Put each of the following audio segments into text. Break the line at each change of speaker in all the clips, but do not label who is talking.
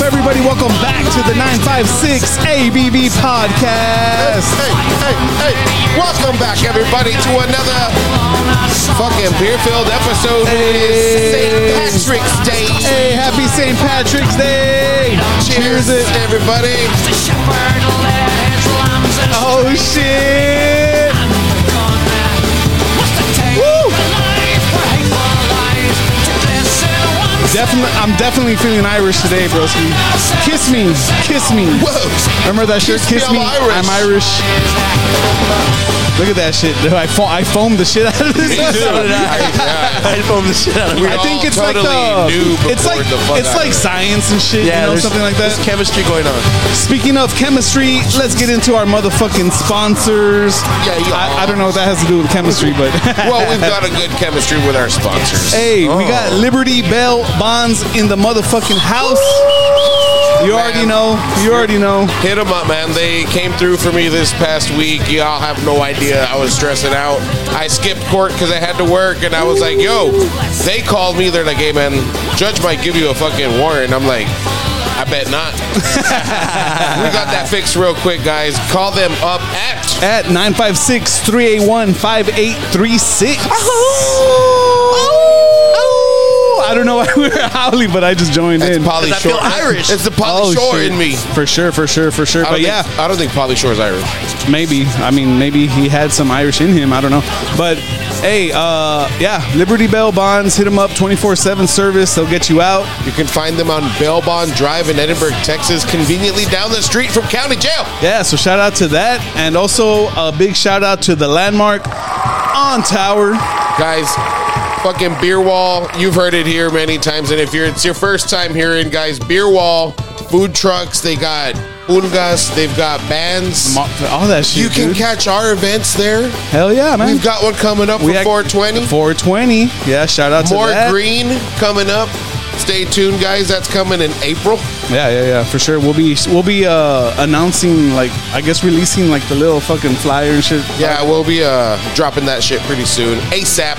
everybody. Welcome back to the 956 ABB
Hey,
podcast.
hey, hey. Welcome back, everybody, to another fucking beer-filled episode.
Hey.
It is St. Patrick's Day.
Hey, happy St. Patrick's Day.
Cheers,
it.
everybody.
Oh, shit. Woo. Definitely, I'm definitely feeling Irish today, broski. Kiss me, kiss me.
Whoa.
Remember that shirt?
Kiss
Kiss
me,
me.
I'm Irish.
I'm Irish. Look at that shit. dude. I, fo- I foamed the shit out of this.
So did I. I foamed the shit out of
We
it.
I think
all
it's
totally
like
knew
the
before
it's like
the fuck
it's
out
like
of it.
science and shit, you know,
there's-
something like that.
There's chemistry going on.
Speaking of chemistry, let's get into our motherfucking sponsors.
Yeah, yeah.
I, I don't know what that has to do with chemistry, but
Well, Oh. we've got a good chemistry with our sponsors.
hey, we got Liberty Bell Bonds in the motherfucking house. You already
Man.
know. You already know.
Hit them up, man. They came through for me this past week. Y'all have no idea. I was stressing out. I skipped court because I had to work, and I was like, yo, they called me. They're like, hey, man, judge might give you a fucking warrant. I'm like, I bet not. we got that fixed real quick, guys. Call them up at.
At 956-381-5836. I don't know why we were howling, but I just joined
Oh. It's
in.
Polly
Does that feel
Shore.
Irish?
It's the
Oh,
Polly Shore
shit.
in me.
For sure, for sure, for sure.
I
But
don't
yeah,
think, I don't think Polly Shore is Irish.
maybe. I mean, maybe he had some Irish in him. I don't know. But hey, uh, yeah, Liberty Bell Bonds, hit him up 24 7 service. They'll get you out.
You can find them on Bellbond Drive in Edinburgh, Texas, conveniently down the street from County Jail.
Yeah, so shout out to that. And also a big shout out to the landmark on Tower.
guys fucking beer wall you've heard it here many times and if you're it's your first time hearing guys beer wall food trucks they got ungas they've got bands
Mo- All that shit.
you can
dude.
catch our events there
Hell yeah, man.
we've got one coming up
We
for
act-
420
420. Yeah, shout out
more
to that.
green coming up stay tuned guys that's coming in april
Yeah, yeah, yeah, for sure. We'll be we'll be uh, announcing like I guess releasing like the little fucking flyer and shit.
yeah we'll be uh dropping that shit pretty soon asap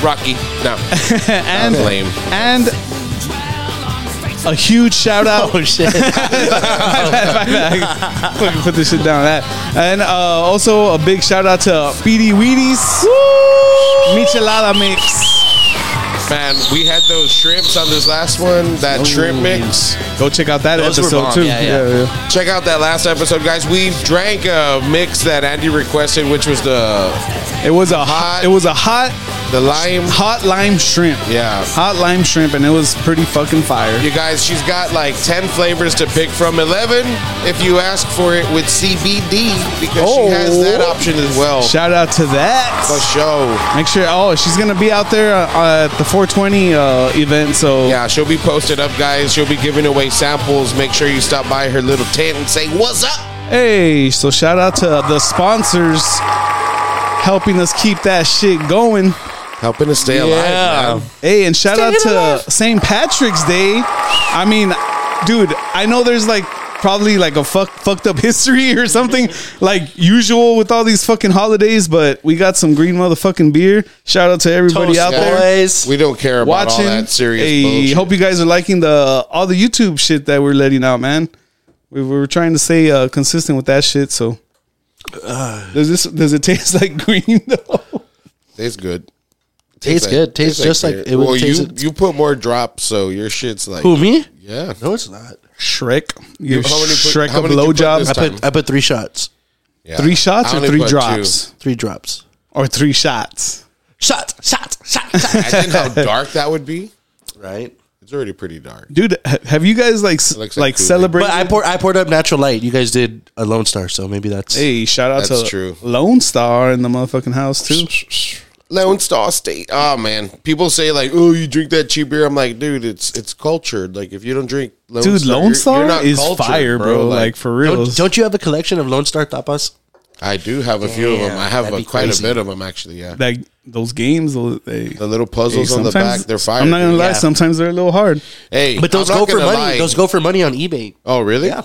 rocky no
and
lame.
and a huge shout out.
Oh shit.
My bad, my bad. Fucking Put this shit down. That and uh, also a big shout out to Speedy Wheaties, Michelada Mix.
man we had those shrimps on this last one that shrimp mix
Go check out that
Those were
episode
bomb.
too.
Yeah, yeah.
Check out that last episode, guys. We drank a mix that Andy requested, which was the
yeah. It was a hot.
Hot-
It was a hot
the lime.
hot lime shrimp.
Yeah.
hot lime shrimp, and it was pretty fucking fire.
You guys, she's got like ten flavors to pick from. Eleven, if you ask for it with CBD, because
Oh.
she has that option as well.
Shout out to that.
For show.
Make sure. Oh, she's gonna be out there uh, at the 420 uh, event. So
Yeah, she'll be posted up, guys. She'll be giving away samples. Make sure you stop by her little tent and say what's up.
hey, so shout out to the sponsors helping us keep that shit going.
Helping us stay alive. Man.
Hey, and shout out to St. Patrick's Day. I mean, dude, I know there's like probably like a fuck, fucked up history or something like usual with all these fucking holidays, but we got some green motherfucking beer. Shout out to everybody
Toast,
out there.
boys.
We don't care about
watching.
all that serious
Hey,
bullshit.
hope you guys are liking the all the YouTube shit that we're letting out, man. We, we were trying to stay uh, consistent with that shit. So does this does it taste like green though?
Tastes good.
Tastes good. Tastes just like-
beer.
it would
Well,
taste
you
it-
you put more drops, so your shit's like
Who me?
yeah.
No, it's not.
Shrek, you
How many put-
Shrek
how
of
many did you put
blowjobs.
this
I
time?
put I put three shots,
Yeah.
Three shots
I
or
only
three
put
drops
three drops.
or three shots.
Shots, shots, shots.
two. Imagine how dark that would be.
right.
It's already pretty dark.
Dude, ha- have you guys like s-
looks
like,
like Kool-Aid.
celebrated?
But I poured I poured up natural light. You guys did a Lone Star, so maybe that's
hey, shout out
That's
to
true.
Lone Star in the motherfucking house too.
Lone Star State. Oh man, people say like, "Oh, you drink that cheap beer." I'm like, dude, it's it's cultured. Like, if you don't drink Lone
Dude,
Star,
Lone
you're-
Star
you're not
is
cultured,
fire, bro. Like, for real.
Don't, don't you have a collection of Lone Star tapas?
I do have a few of them. I have
that'd
a,
be
quite
crazy.
a bit of them actually. Yeah,
like those games, uh, they,
the little puzzles on the
sometimes
back, they're fire.
I'm not gonna
dude.
lie,
Yeah.
sometimes they're a little hard.
Hey,
But those
I'm
go
not
for
gonna
money.
lie.
Those go for money on eBay.
Oh, really?
Yeah.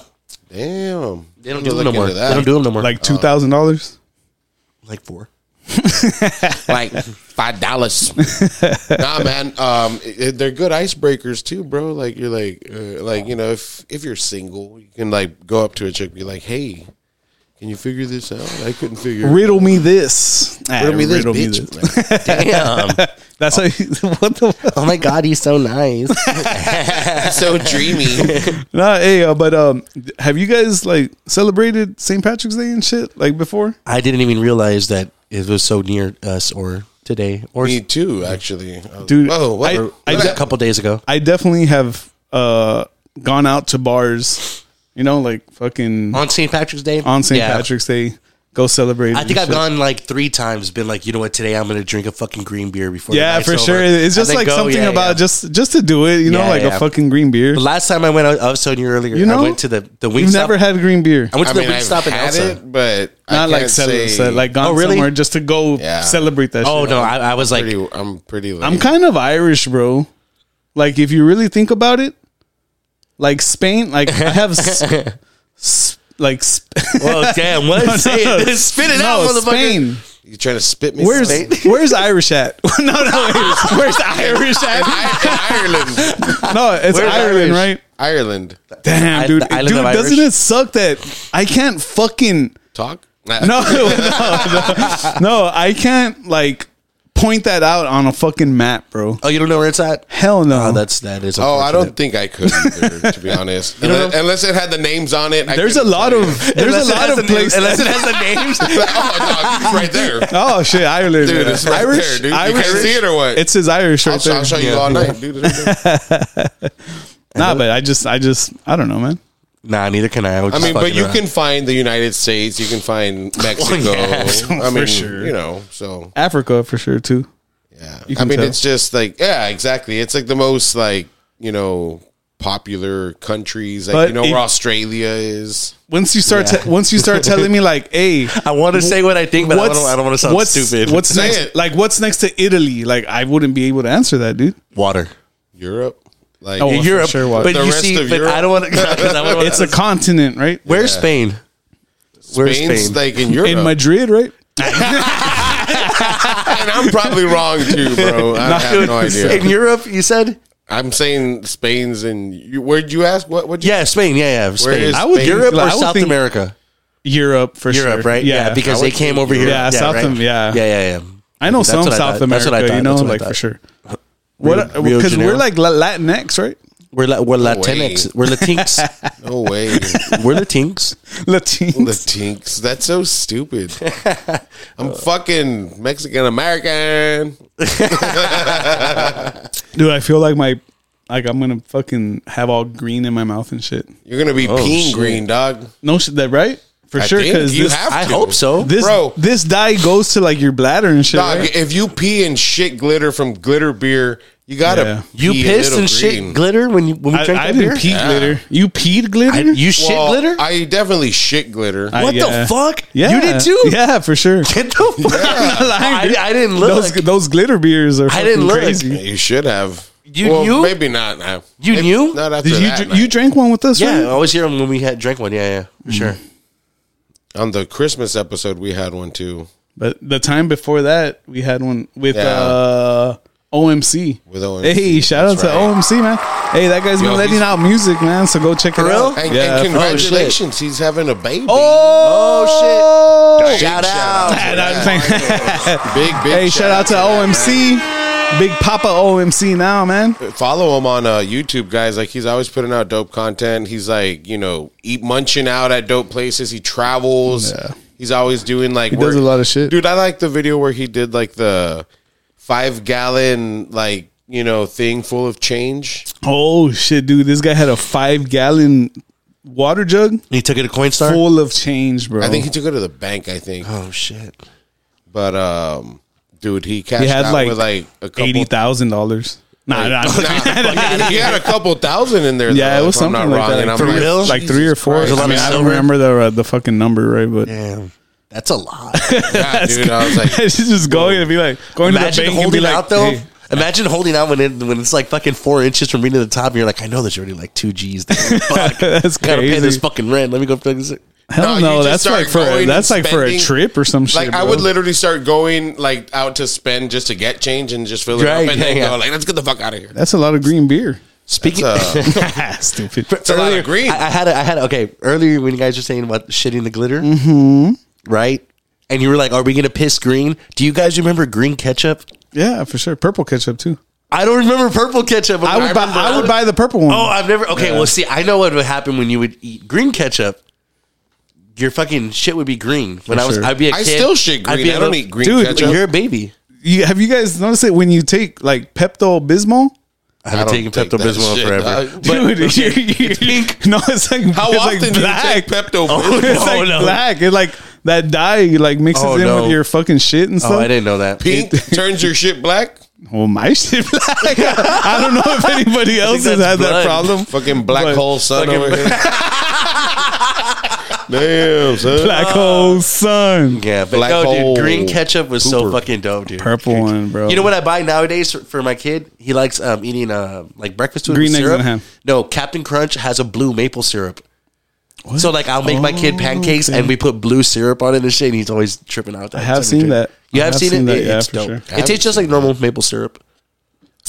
Damn.
They don't
I'm
do
gonna
them no
look
more.
into
They
that.
don't do them no more.
like two thousand dollars.
like four.
like five dollars. nah, man. Um, it- it- they're good icebreakers too, bro. Like you're like, uh, like you know, if if you're single, you can like go up to a chick, and be like, hey. Can you figure this out? I couldn't figure. it
Riddle me this. Ah,
Riddle me this, bitch.
Damn.
That's how. You, what the.
oh my God, he's so nice.
That's so dreamy.
Nah, hey, uh, but um, have you guys like celebrated St. Patrick's Day and shit like before?
I didn't even realize that it was so near us or today or
Me too, actually.
Dude,
oh, what?
I-
what
I
the-
a couple days ago.
I definitely have uh gone out to bars, you know, like fucking
On St. Patrick's Day?
on St.
Yeah.
Patrick's Day, go celebrate.
I
and
think I've
shit.
gone like three times, been like, you know what, today I'm going to drink a fucking green beer before. the
Yeah,
night's
for
over.
sure. It's
And
just
then
like
go,
something
yeah,
about
yeah.
just just to do it, you know,
Yeah,
like a
yeah.
fucking green beer.
The last time I went, I I was telling you earlier,
You know,
I went to the, the
You've
Wingstop.
never had green beer.
I went
I
to the
mean, I've
Wingstop in
had
Elsa.
it, but I
Not like
can't
celebrate,
say-
like gone
Oh, really?
somewhere just to go
Yeah.
celebrate that.
Oh,
shit.
no, I, I was like,
pretty, I'm pretty. Late.
I'm kind of Irish, bro. Like if you really think about it, like Spain, like I have, s- s- like s-
well, damn, what? Say
no,
it. Spit it out, motherfucker.
Spain.
You trying to spit me?
Where's
Spain?
Where's Irish at? no, no, where's, where's Irish
In
at?
I- in Ireland?
No, it's
Where's
Ireland,
Irish?
right?
Ireland.
Damn,
I-
dude,
the island
dude,
of Irish?
doesn't it suck that I can't fucking
Talk.
no, no, no, no, I can't like point that out on a fucking map, bro.
Oh, you don't know where it's at?
Hell no,
Ah,
Oh, that's that is.
Oh, I
unfortunate.
don't think I could either, to be honest. unless, unless it had the names on it. I
there's a
couldn't
lot
tell
of
you.
there's
Unless
a
it
lot
has
of
the
places.
names- Unless it has the names.
oh, no, it's right there.
Oh shit, Ireland.
Dude,
yeah.
it's right
Irish,
there, dude. You
Irish.
can't see it or what?
It's his Irish right
I'll,
there.
I'll show you all night, dude. It's right there.
Nah, but I just, I just, I don't know, man.
Nah, neither can I. I, would
I
just
mean,
fuck
but
it
you
around.
can find the United States. You can find Mexico. I mean,
sure.
you know, so
Africa for sure too.
Yeah. I
can
mean,
tell.
it's just like, yeah, exactly. It's like the most, like, you know, popular countries. Like,
But
you know,
it-
where Australia is.
Once you start, te- once you start telling me like, hey,
I want to say what I think, but I don't, I don't want to sound
what's,
stupid.
What's
Say
next?
it.
Like, what's next to Italy? Like, I wouldn't be able to answer that, dude.
water?
Europe. Like,
Oh, well, for
Europe,
sure water.
but
The
you
rest
see,
of
but
Europe.
I don't want to.
It's a continent, right?
where's Spain? Where's
Spain's
Spain?
like in Europe.
In Madrid, right?
and I'm probably wrong too, bro. I have no
in
idea.
Europe, you said?
I'm saying Spain's in. you- Where'd you ask? What? What?
Yeah, Spain. Yeah, yeah. Spain.
is
I would
Spain?
Europe
I
or
would
South
think
America?
Europe for sure.
Europe, right?
Yeah,
because they came over here.
Yeah, South
right?
Am- yeah.
yeah, yeah, yeah.
I know
That's
some
what I
South
thought. That's
America,
what I
you
thought.
know,
That's what I
like for
thought.
sure. What?
Rio
Because we're
Janeiro.
like La- Latinx, right?
We're la- we're
way.
Latinx. We're Latinx.
No way.
we're Latinx.
Latinos.
The tinks. That's so stupid. I'm fucking Mexican American.
Dude, I feel like my like I'm gonna fucking have all green in my mouth and shit.
You're gonna be peeing
Oh, shit.
green, dog.
No shit, that right? For sure,
think
because
you
this,
have
I
to.
hope so.
this
Bro.
this dye goes to like your bladder and shit.
Dog,
right?
if you pee and shit glitter from glitter beer, you gotta
Yeah.
You
pee a
pissed
little
and
green.
shit glitter when you when we
I,
drank
I
that
didn't
beer.
pee glitter. You peed glitter.
I- you shit
Well,
glitter.
I definitely shit glitter.
I-
what
yeah.
the fuck?
yeah,
you did too.
Yeah, for sure.
Get the fuck.
I'm not lying,
I,
dude.
I didn't look.
Those those glitter beers are.
I
I
didn't
didn't
look.
Yeah,
Crazy.
you should have.
You knew?
Maybe not. I-
You
maybe
knew?
Not after
Did you
that
dr-
night.
you drank one with us?
yeah, I
right?
was here when we had drank one. Yeah, yeah, for sure.
On the Christmas episode, we had one too
But the time before that, we had one with
Yeah.
uh, OMC.
with Owen.
Hey, shout out to
right.
OMC, man. Hey, that guy's
Yo,
been letting
he's-
out music, man. So go check it
real?
out.
And,
Yeah.
and congratulations, he's having a baby.
Oh,
Big
Shout out.
to
And I'm
that.
saying-
big, big.
hey, shout out to
that, man.
OMC, Big Papa OMC now, man.
follow him on uh, YouTube, guys. Like he's always putting out dope content. He's like you know eat munching out at dope places. He travels.
Yeah.
He's always doing like
He does a lot of shit.
dude. I like the video where he did like the five gallon like you know thing full of change.
Oh shit, dude, this guy had a five gallon water jug
He took it to Coinstar.
full of change, bro.
I think he took it to the bank. I think,
Oh shit!
but um, dude, he cashed
he had
out
like,
with like a couple.
eighty thousand dollars. Nah, nah,
he had a couple thousand in there.
yeah,
though,
it was
if I'm
something
not
like
wrong,
that.
and I'm
For
like,
real?
like three or four. I,
Christ.
There's a lot
mean,
of
I don't
silver.
remember the uh, the fucking number, right? But
Damn, that's a lot.
yeah, dude, I was like,
it's just going to be like going to the
Imagine
bank and be
holding
like,
out though.
hey,
Imagine holding out when it when it's like fucking four inches from me to the top, and you're like, I know there's already like two G's. There. Fuck,
that's
gotta pay this
crazy.
fucking rent. Let me go fix it.
Hell
No,
no,
you just
that's
start
like for a,
going
that's
and
like for a
spending-
trip or some shit.
Like I
bro.
would literally start going like out to spend just to get change and just fill it
Right,
up and then
yeah, yeah.
go like let's get the fuck out of here.
That's a lot of green beer.
Speaking
That's, uh,
Stupid.
It's a lot of green.
I, I had a, I had a, okay earlier when you guys were saying about shitting the glitter,
Mm-hmm.
right? And you were like, "Are we gonna piss green?" Do you guys remember green ketchup?
Yeah, for sure. Purple ketchup too.
I don't remember purple ketchup.
I would buy.
remember-
I would buy the purple one.
Oh, I've never. Okay, well, see, I know what would happen when you would eat green ketchup. Your fucking shit would be green. When I was,
sure.
I'd be a
I
kid.
still shit
I'd
green.
be
I
a
don't
little-
eat green
Dude,
ketchup.
You're a baby.
You, have you guys noticed it when you take like Pepto Bismol?
I haven't
don't
taken
take
Pepto
that
Bismol
shit,
forever.
dog.
Dude, you- you- No, it's like
How
it's
often
like
do you
black.
take Pepto?
Oh, no.
it's like black. It like that dye you, like mixes
Oh,
in
no.
with your fucking shit and
Oh, I
stuff.
didn't know that.
Pink turns your shit black.
well, my shit black. I don't know if anybody else has
that's
had
blood.
that problem.
Fucking black
But-
hole sun over here. Damn, son.
Black hole sun.
Oh. Yeah, but
Black
no,
hole
dude, green ketchup was so
pooper.
fucking dope, dude.
Purple one, bro.
You know what I buy nowadays for, for my kid? He likes um, eating uh, like breakfast food.
Green
with
eggs
syrup.
and ham.
No, Captain Crunch has a blue maple syrup. So like I'll make my
Oh,
kid pancakes and we put blue syrup on it and shit. And he's always tripping out.
I have seen that.
You
I
have, seen, it.
that,
It-
yeah,
it's
for
dope.
sure.
It tastes just like normal maple syrup.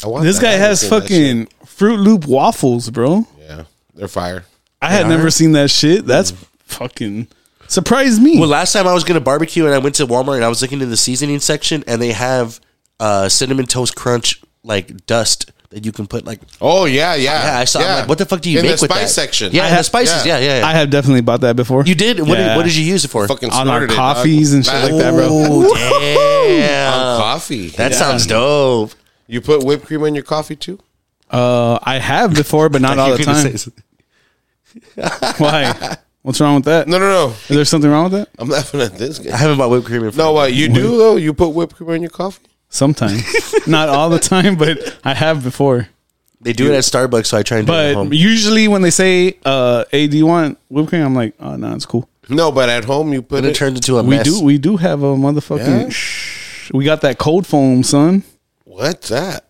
I want
This
that. I
guy
haven't
has
seen that shit.
fucking Fruit Loop waffles, bro.
Yeah, they're fire.
I had never seen that shit. That's fucking surprised me.
Mm. Well, last time I was gonna barbecue and I went to Walmart and I was looking in the seasoning section and they have uh, cinnamon toast crunch like dust that you can put like.
Oh yeah, yeah.
Yeah, I saw. I'm
Yeah.
like, what the fuck do you
in
make
the
with
spice
that?
section?
Yeah,
I
and the
have-
spices. Yeah,
yeah.
yeah. yeah.
I have definitely bought that before.
you did. What,
Yeah.
did? what did you use it for?
fucking
on our
snorted it, dog.
coffees and shit
Nah,
like that, bro.
Oh, damn.
Coffee.
That sounds dope.
you put whipped cream in your coffee too?
Uh, I have before, but not all the time. Why? What's wrong with that?
No, no, no.
Is there something wrong with that?
I'm laughing at this guy.
I haven't bought whipped cream in
No, uh, you do though. You put whipped cream in your coffee.
Sometimes, not all the time, but I have before.
They do it at Starbucks, so I try and do it
But
at home.
usually, when they say, "Uh, hey, do you want whipped cream?" I'm like, "Oh no, it's cool."
No, but at home you put
and it
it.
turns into a
We
mess.
do, we do have a motherfucking.
Yeah?
Shh, we got that cold foam, son.
What's that?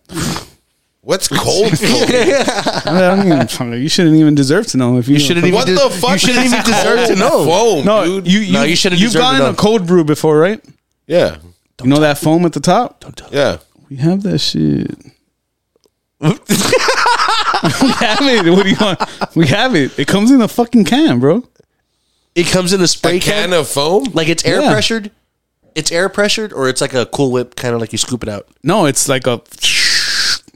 What's cold? foam?
I don't even, you shouldn't even deserve to know if you,
You shouldn't even.
what
de-
the fuck?
You shouldn't even
is
deserve to
cold
know.
Foam,
No,
dude.
you, you,
No, you shouldn't
You've
deserve to
gotten
know.
a cold brew before, right?
yeah,
you know that foam at the top.
yeah.
We have that shit. we have it. What do you want? We have it. It comes in a fucking can, bro.
It comes in a spray
A
can.
can of foam.
like it's air
Yeah.
pressured. It's air pressured, or it's like a Cool Whip, kind of like you scoop it out.
No, it's like a,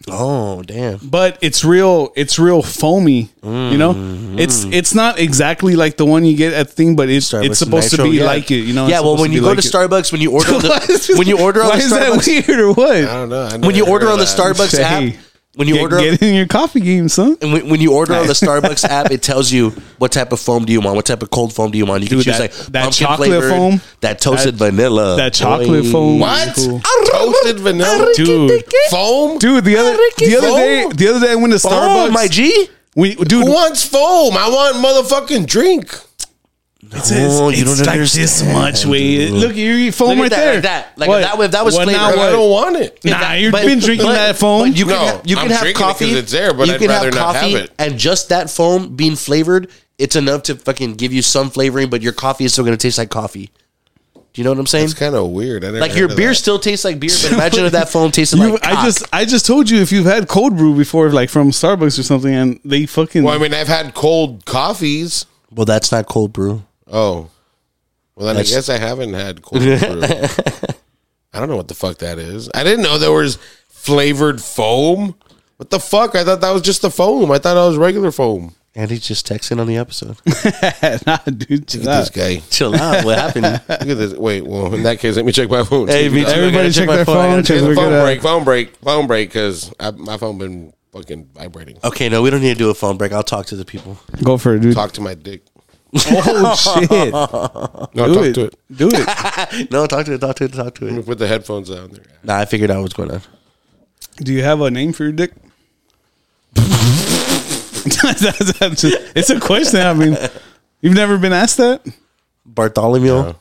Oh damn!
but it's real. It's real foamy. You know,
Mm-hmm.
it's it's not exactly like the one you get at the thing, but it's
Starbucks
it's supposed
Nitro,
to be
yeah.
like it. You know,
yeah.
It's
Well,
supposed
when
be
you go
like
to
it.
Starbucks, when you order on
Why is
the,
this-
when you order on
why
the
is that
Starbucks,
weird or
I
what?
don't know. I never
when you order
heard
on the
that.
Starbucks
Say,
app, when you
get,
order
get in your coffee game, son.
And when, when you order on the Starbucks app, it tells you what type of foam do you want, what type of cold foam do you want. You can
Dude,
choose
that-
like
that
pumpkin
chocolate
flavored,
foam?
that toasted vanilla,
That chocolate foam,
What?
Cool.
Ah,
Toasted vanilla
dude.
foam,
Dude, the other the other
Foam?
day, the other day, I went to Starbucks.
Oh my G!
we, dude,
Who wants foam? I want motherfucking drink.
It's, it's,
Oh, you
it's
don't
like this
understand,
much, way.
dude.
Look, you eat foam
Look at
right
that,
there.
like that. Like
What?
that was- that was
What
flavored.
now,
But I
what?
don't want it.
Nah,
That-
you've
but-
been drinking
but-
that foam.
But you can
No,
have, you can
I'm
have
drinking it 'cause
coffee.
it's there, but
you
I'd
can
rather
have
not
coffee,
have it.
and just that foam being flavored, it's enough to fucking give you some flavoring, but your coffee is still going to taste like coffee. Do you know what I'm saying?
It's kind of weird. I never
Like
heard
your
of
beer
that.
still tastes like beer, but imagine if that foam tasted
You-
like.
I
cock.
just, I just told you if you've had cold brew before, like from Starbucks or something, and they fucking.
Well, I mean, I've had cold coffees.
well, that's not cold brew.
Oh, well then
That's-
I guess I haven't had cold brew. I don't know what the fuck that is. I didn't know there was flavored foam. What the fuck? I thought that was just the foam. I thought that was regular foam.
And he's just texting on the episode.
nah, dude, chill
Look
Uh,
at this
out.
guy.
Chill out. What happened?
Look at this. Wait, well, in that case, let me check my phone.
Hey, me too.
Check it out.
I gotta
Everybody check
my
their
phone, I
phone.
gotta check
Check
Phone
we're good at-
break, phone break, phone break, because my phone been fucking vibrating.
Okay, no, we don't need to do a phone break. I'll talk to the people.
Go for it, dude.
Talk to my dick.
Oh shit!
No,
Do
talk
it.
to it.
Do it.
No, talk to it, talk to it, talk to it.
Put the headphones on there.
Nah, I figured out what's going on.
Do you have a name for your dick? That's- that's just- it's a question. I mean, you've never been asked that.
Bartholomew.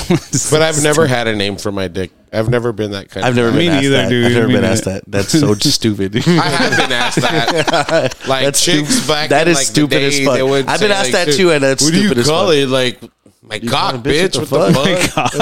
But I've never had a name for my dick. I've never been that kind.
I've
of
never
guy.
been
Me
asked
neither,
that.
dude.
I've never
Me
been
neither.
asked that. That's so stupid.
I have been asked that. Like
That's
chicks
stupid.
back.
That
in,
is
like, the
stupid
day,
as fuck.
they would
I've been
say,
asked
like,
that
dude,
too, and uh, that's
what do you
stupid as
call
fuck.
it? Like my cock,
bitch,
bitch. What
what
the
the
fuck?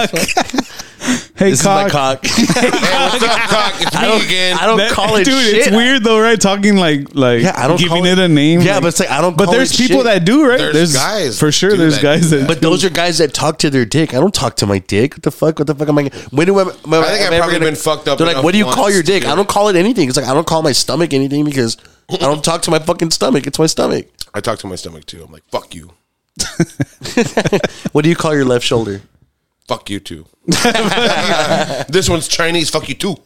Hey,
This is my
cock.
cock.
Hey, what's up, cock? It's
I
me
don't,
again.
I don't
That-
call it
dude,
shit.
it's weird though, right? Talking like like
Yeah, I don't
giving
call
it,
it-
a name.
Yeah,
like-
but it's like, I don't
But
call
there's
it
people
shit.
that do, right?
There's guys
for sure.
do
There's
that do
guys that.
that.
But
But those are guys that talk to their dick. I don't talk to my dick. What the fuck? What the fuck am I? When do I? Am
I think I've
ever
probably
gonna-
been fucked up
They're like,
enough
what do you call
once
your dick?
to-
I don't call it anything. It's like I don't call my stomach anything because I don't talk to my fucking stomach. It's my stomach.
I talk to my stomach too. I'm like, fuck you,
What do you call your left shoulder?
fuck you too. this one's Chinese. Fuck you too.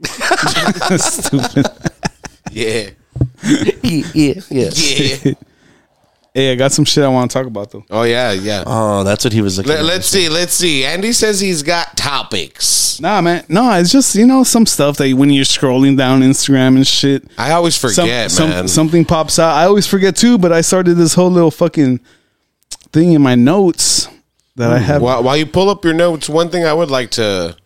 stupid.
Yeah,
yeah, yeah, yeah.
yeah.
Hey, I got some shit I want to talk about though.
Oh yeah, yeah.
Oh, that's what he was looking.
Let,
at.
let's see. Let's see. Andy says he's got topics.
Nah, man. No, it's just you know some stuff that when you're scrolling down Instagram and shit,
I always forget,
some,
man.
Some, something pops out. I always forget too, but I started this whole little fucking thing in my notes that
Hmm,
I have.
While, while you pull up your notes, one thing I would like to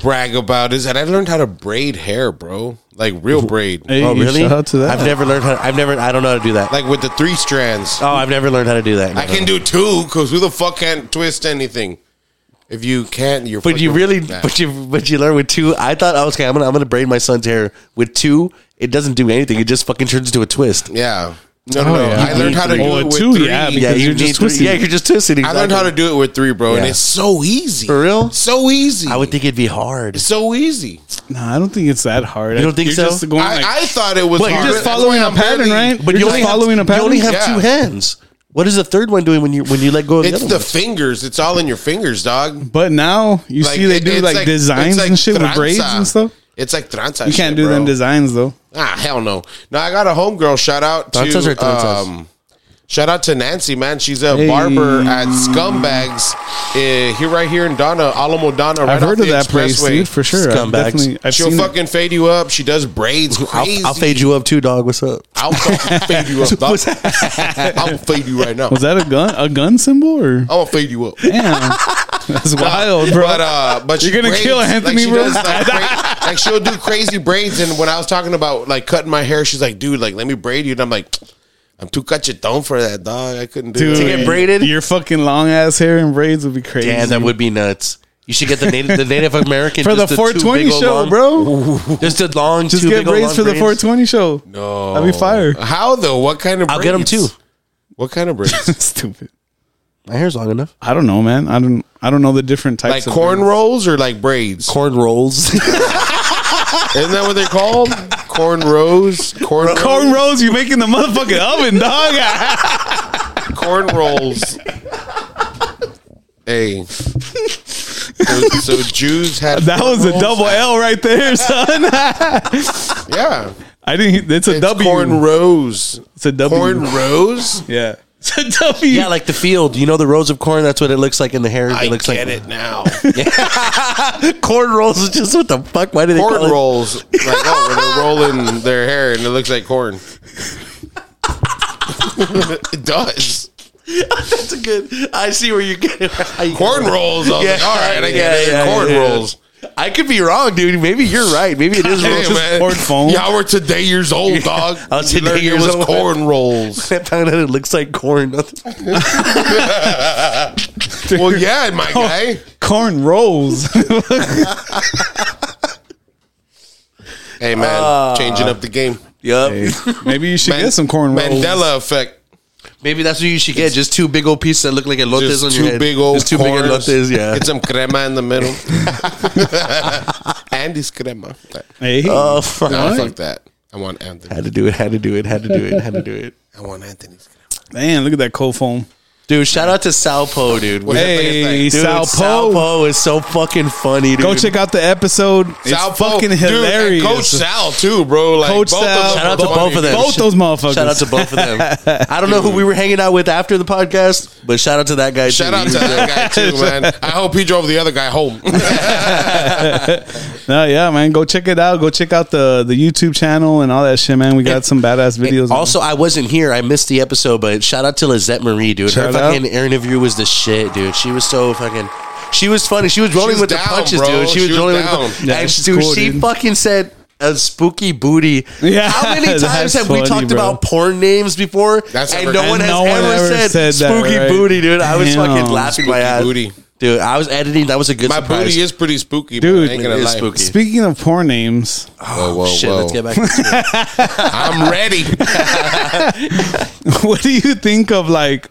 brag about is that I learned how to braid hair, bro. Like real braid.
Hey,
Oh, really?
Shout out to that.
I've never learned how. I've never. I don't know how to do that.
Like with the three strands.
oh, I've never learned how to do that.
I can do two because who the fuck can't twist anything? If you can't, you're.
But you
fucking
really,
bad.
but you, but you learn with two. I thought I was okay. I'm gonna, I'm gonna braid my son's hair with two. It doesn't do anything. It just fucking turns into a twist.
yeah. No, no, no.
yeah.
I learned how to do
Oh,
it with
two,
three.
yeah, because-
Yeah,
you're
you
just
need.
twisting
Three, yeah,
it.
you're just twisting.
I learned how to do it with three, bro, and
Yeah.
it's so easy.
For real?
so easy.
I would think it'd be hard.
it's so easy.
Nah, I don't think it's that hard.
You don't think
You're
so?
Just going
I,
like,
I thought it was.
Well, you're
hard.
just
That's
following
why
a
I'm
pattern, right?
But
You're
you
just
only have-
following a
You only have
pattern?
Yeah.
two hands. What is the third one doing when you when you let go of the
It's
other
the
one?
fingers. It's all in your fingers, dog.
But now you see they
it-
do
it's
like, designs
it's like
and shit with
tranza.
braids and stuff.
It's like tranza.
You can't do
bro.
them designs though.
Ah, hell no. No, I got a homegirl shout out to
Tranzas or tranzas?
um shout out to Nancy, man. She's a
Hey.
barber at Scumbags uh, here right here in Donna, Alamo Donna, right
I've heard
off
of
the
that place,
expressway.
dude, for sure. I've
Scumbags.
definitely, I've
She'll
seen it.
fucking fade you up. She does braids crazy.
I'll, I'll fade you up too, dog. What's up?
I'll fucking fade you up. dog.
What's-
I'll fade you right now.
Was that a gun? A gun symbol or?
I'm gonna fade you up.
Damn, that's wild, bro.
But uh, but
You're
she
gonna kill Anthony,
she
bro?
does, like, bra- like, she'll do crazy braids. And when I was talking about like cutting my hair, she's like, "Dude, like let me braid you." And I'm like, "I'm too cachetón for that, dog. I couldn't do
Dude,
that."
To get braided?
Your fucking long ass hair and braids would be crazy.
Damn, that would be nuts. You should get the Native, the Native American
for the
just two
420
big old
show,
long-
bro.
Just a long,
Just
two
get
big old
braids
long
for the
braids.
420 show.
No,
That'd be fire.
How though? What kind of?
I'll get 'em
braids?
too.
What kind of braids?
Stupid.
My hair's long enough.
I don't know, man. I don't. I don't know the different
like
types. of
corn
braids.
rolls or like braids?
Corn rolls.
Isn't that what they're called? corn rolls, corn
Corn rolls, you making the motherfucking oven, dog.
corn rolls. hey, so, so Jews had
That
corn
was a
rolls?
double L right there, son.
Yeah,
I didn't. It's a
it's
W.
corn rolls.
It's a W.
Corn rolls.
yeah. It's a W.
yeah, like the field. You know the rows of corn. That's what it looks like in the hair.
I
it looks
get
like
it now.
corn rolls. Is just what the fuck? Why do they call
Corn
it?
rolls, like oh, when they're rolling their hair and it looks like corn. it does.
That's a good. I see where you get it.
corn rolls. I was like, all right, I get it. corn rolls.
I could be wrong, dude. Maybe you're right. Maybe it is
Hey,
rolls.
man.
corn foam.
Y'all were today years old, dog.
I was
You
today
learned
years
it was
old.
corn rolls.
I found out it looks like corn.
well, yeah, my
Oh.
guy.
corn rolls.
Hey, man,
Uh,
changing up the game.
yep.
Maybe you should
Man-
get some corn rolls.
Mandela effect.
Maybe that's what you should get. Just two big old pieces that look like elotes
Just
on
two
your head.
big old
Just two big
corns.
elotes. Yeah.
Get some crema in the middle. Andy's crema.
Hey.
oh fuck.
No, fuck that. I want Anthony.
Had to do it. Had to do it. Had to do it. Had to do it.
I want Anthony's crema.
Man, look at that cold foam.
Dude, shout out to Salpo, dude.
What-
Hey,
Dude,
Sal
Salpo.
Po.
is so fucking funny, dude.
Go check out the episode. It's
Sal Pope,
fucking
dude, and
hilarious.
Coach Sal too, bro. Like
Coach Sal.
them
Shout out
are
to both
funny.
of them.
Both those motherfuckers.
Shout out to both of them. I don't know who we were hanging out with after the podcast, but shout out to that guy. too.
Shout out
He
to
was
that guy too, man. I hope he drove the other guy home.
No, Uh, yeah, man. Go check it out. Go check out the the YouTube channel and all that shit, man. We got some badass videos. man.
Also, I wasn't here. I missed the episode, but shout out to Lizette Marie, dude.
Shout
Her fucking
out.
interview was the shit, dude. She was so fucking. She was funny. She was rolling
was
with
down,
the punches,
bro.
dude. She was
She was
rolling with
down.
the punches.
Yeah,
and
she's
dude,
cool,
she
dude.
fucking said a spooky booty.
Yeah,
How many
that's
times have we
funny,
talked
bro.
about porn names before?
That's
and
never-
no one
And
has
no one
ever,
ever
said,
said that,
spooky
right?
booty, dude. I was
Damn.
fucking laughing my
Spooky
ass.
booty.
Dude, I was editing. That was a good
My
surprise.
booty is pretty spooky,
Dude,
dude. I ain't gonna
it is
lie.
spooky.
Speaking of porn names,
Whoa, whoa,
Oh, Shit,
whoa.
let's get back. to this.
I'm ready.
what do you think of like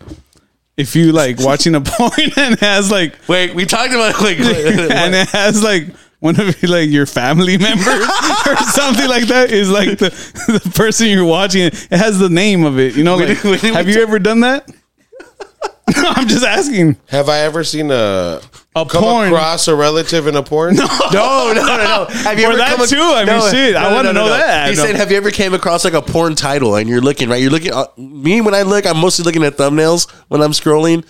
if you like watching a porn and has like
Wait, we talked about like.
and it has like one of your, like your family members or something like that is like the, the person you're watching. It has the name of it. You know, like,
do- we do-
have you ever done that? I'm just asking.
Have I ever seen a
A
come
porn.
across a relative in a porn? No.
No, no, no, no. Have you
Or
ever
that
come ac-
too. I mean, shit, I wanna know that.
He
No.
said, "Have you ever came across like a porn title and you're looking right? You're looking. Uh, me when I look, I'm mostly looking at thumbnails when I'm scrolling."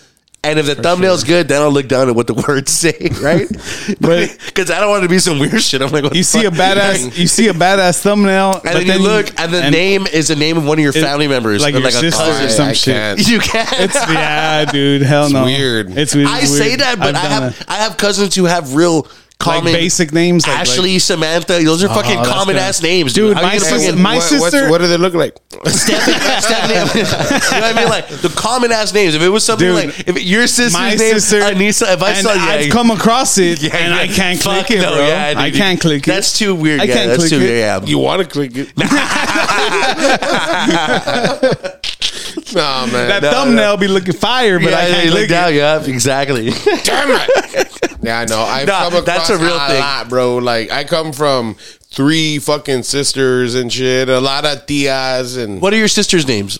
And if the thumbnail's good, then I'll look down at what the words say, right?
But-
Because I don't want it to be some weird shit. I'm like, what
You
the
see a
fuck?
badass. You see a badass thumbnail,
and then, you look, and the name is the name of one of your
It-
family members,
like
or
your sister
I,
or some
I
shit.
can't.
You can't.
It's yeah, dude. Hell no.
weird.
It's weird.
I
it's
say
weird.
that, but
I've
I
done
have
that.
I have cousins who have real
like
common
basic names. Like, Oh,
Ashley, Samantha. Those are fucking
that's
common
good.
ass names,
Dude,
dude. How
my
you gonna
sis-
fucking-
my
What- what's-
sister-
What do they look like?
Stephanie, Stephanie. you know what I mean? Like the common ass names. If it was something
Dude,
like if your sister's
my
name
sister
Anissa, if I
and
saw
I've
yeah,
come across it
yeah,
and
yeah.
I can't
Fuck
click it,
no,
bro.
yeah, dude.
I can't click it.
That's too weird.
I
yeah,
can't
that's
click
too
it.
weird. Yeah,
You want to click it? nah, man.
that
no,
thumbnail be looking fire, but
yeah,
I
yeah,
can't
you
click
look
it.
down. Yeah, exactly.
Damn it! yeah, I know. I've
Nah,
come across
that's a real thing. what are your sister's names?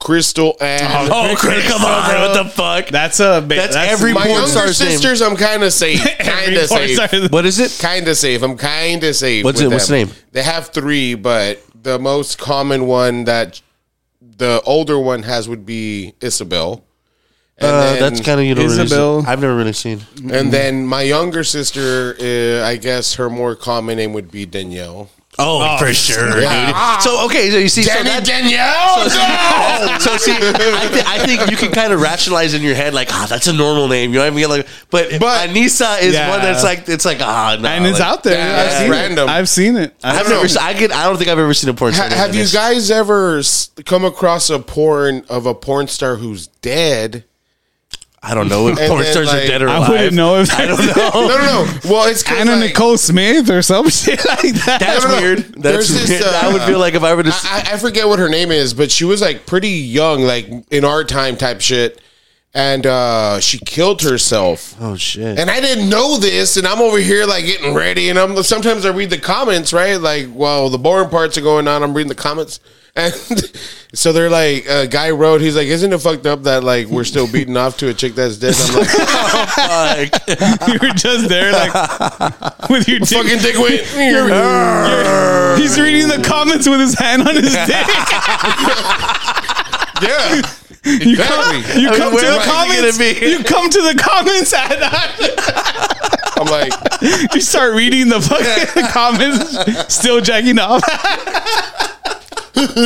Crystal and
Oh, Chris,
come on, bro. What the fuck?
That's a ba-
That's every
my
porn
younger
star's name.
sisters. I'm kind of safe. Kind
every
of
porn
safe.
star.
What is it?
Kind of safe. I'm kind of safe.
What's
with
it- what's
them.
the name?
They have three, but the most common one that the older one has would be Isabel. And
Uh,
then-
that's kind of you know.
Isabel.
I've never really seen.
And then my younger sister, uh, I guess her more common name would be Danielle.
Oh, for sure.
Yeah.
So okay, so you see, so that-
Danielle.
so see, I, th- I think you can kind of rationalize in your head, like, ah, that's a normal name. You know what I mean? Like, but,
But-
Anissa is
Yeah.
one that's like, it's like, ah, no.
and it's
like-
out there.
Yeah,
I've
that's
seen
random.
it. I've seen it. I
I've
don't
never.
know.
se- I get. I don't think I've ever seen a porn.
Ha-
star
have
named
you
Anissa.
guys ever s- come across a porn of a porn star who's dead?
I don't know if
And
porn
then,
stars are
like-
dead or
I
alive.
wouldn't know if
I don't know.
No, no, no. Well, it's 'cause,
Anna
like,
Nicole Smith or some shit like that.
That's
No, no, no.
weird. That's
There's this,
weird.
uh,
I would feel like if I were to. s-
I, I- I forget what her name is, but she was like pretty young, like in our time type shit, and uh, she killed herself.
oh shit.
And I didn't know this, and I'm over here like getting ready, and I'm sometimes I read the comments, right? Like, well, the boring parts are going on. I'm reading the comments, and so they're like, a guy wrote, he's like, isn't it fucked up that like we're still beating off to a chick that's dead? And I'm like,
Fuck.
you were just there, like with your dick.
fucking dick went.
He's reading the comments with his hand on his dick.
yeah,
You come,
exactly.
you come to the
where else is it gonna
comments.
be?
You come to the comments and
I'm like,
you start reading the fucking comments. Still jacking off.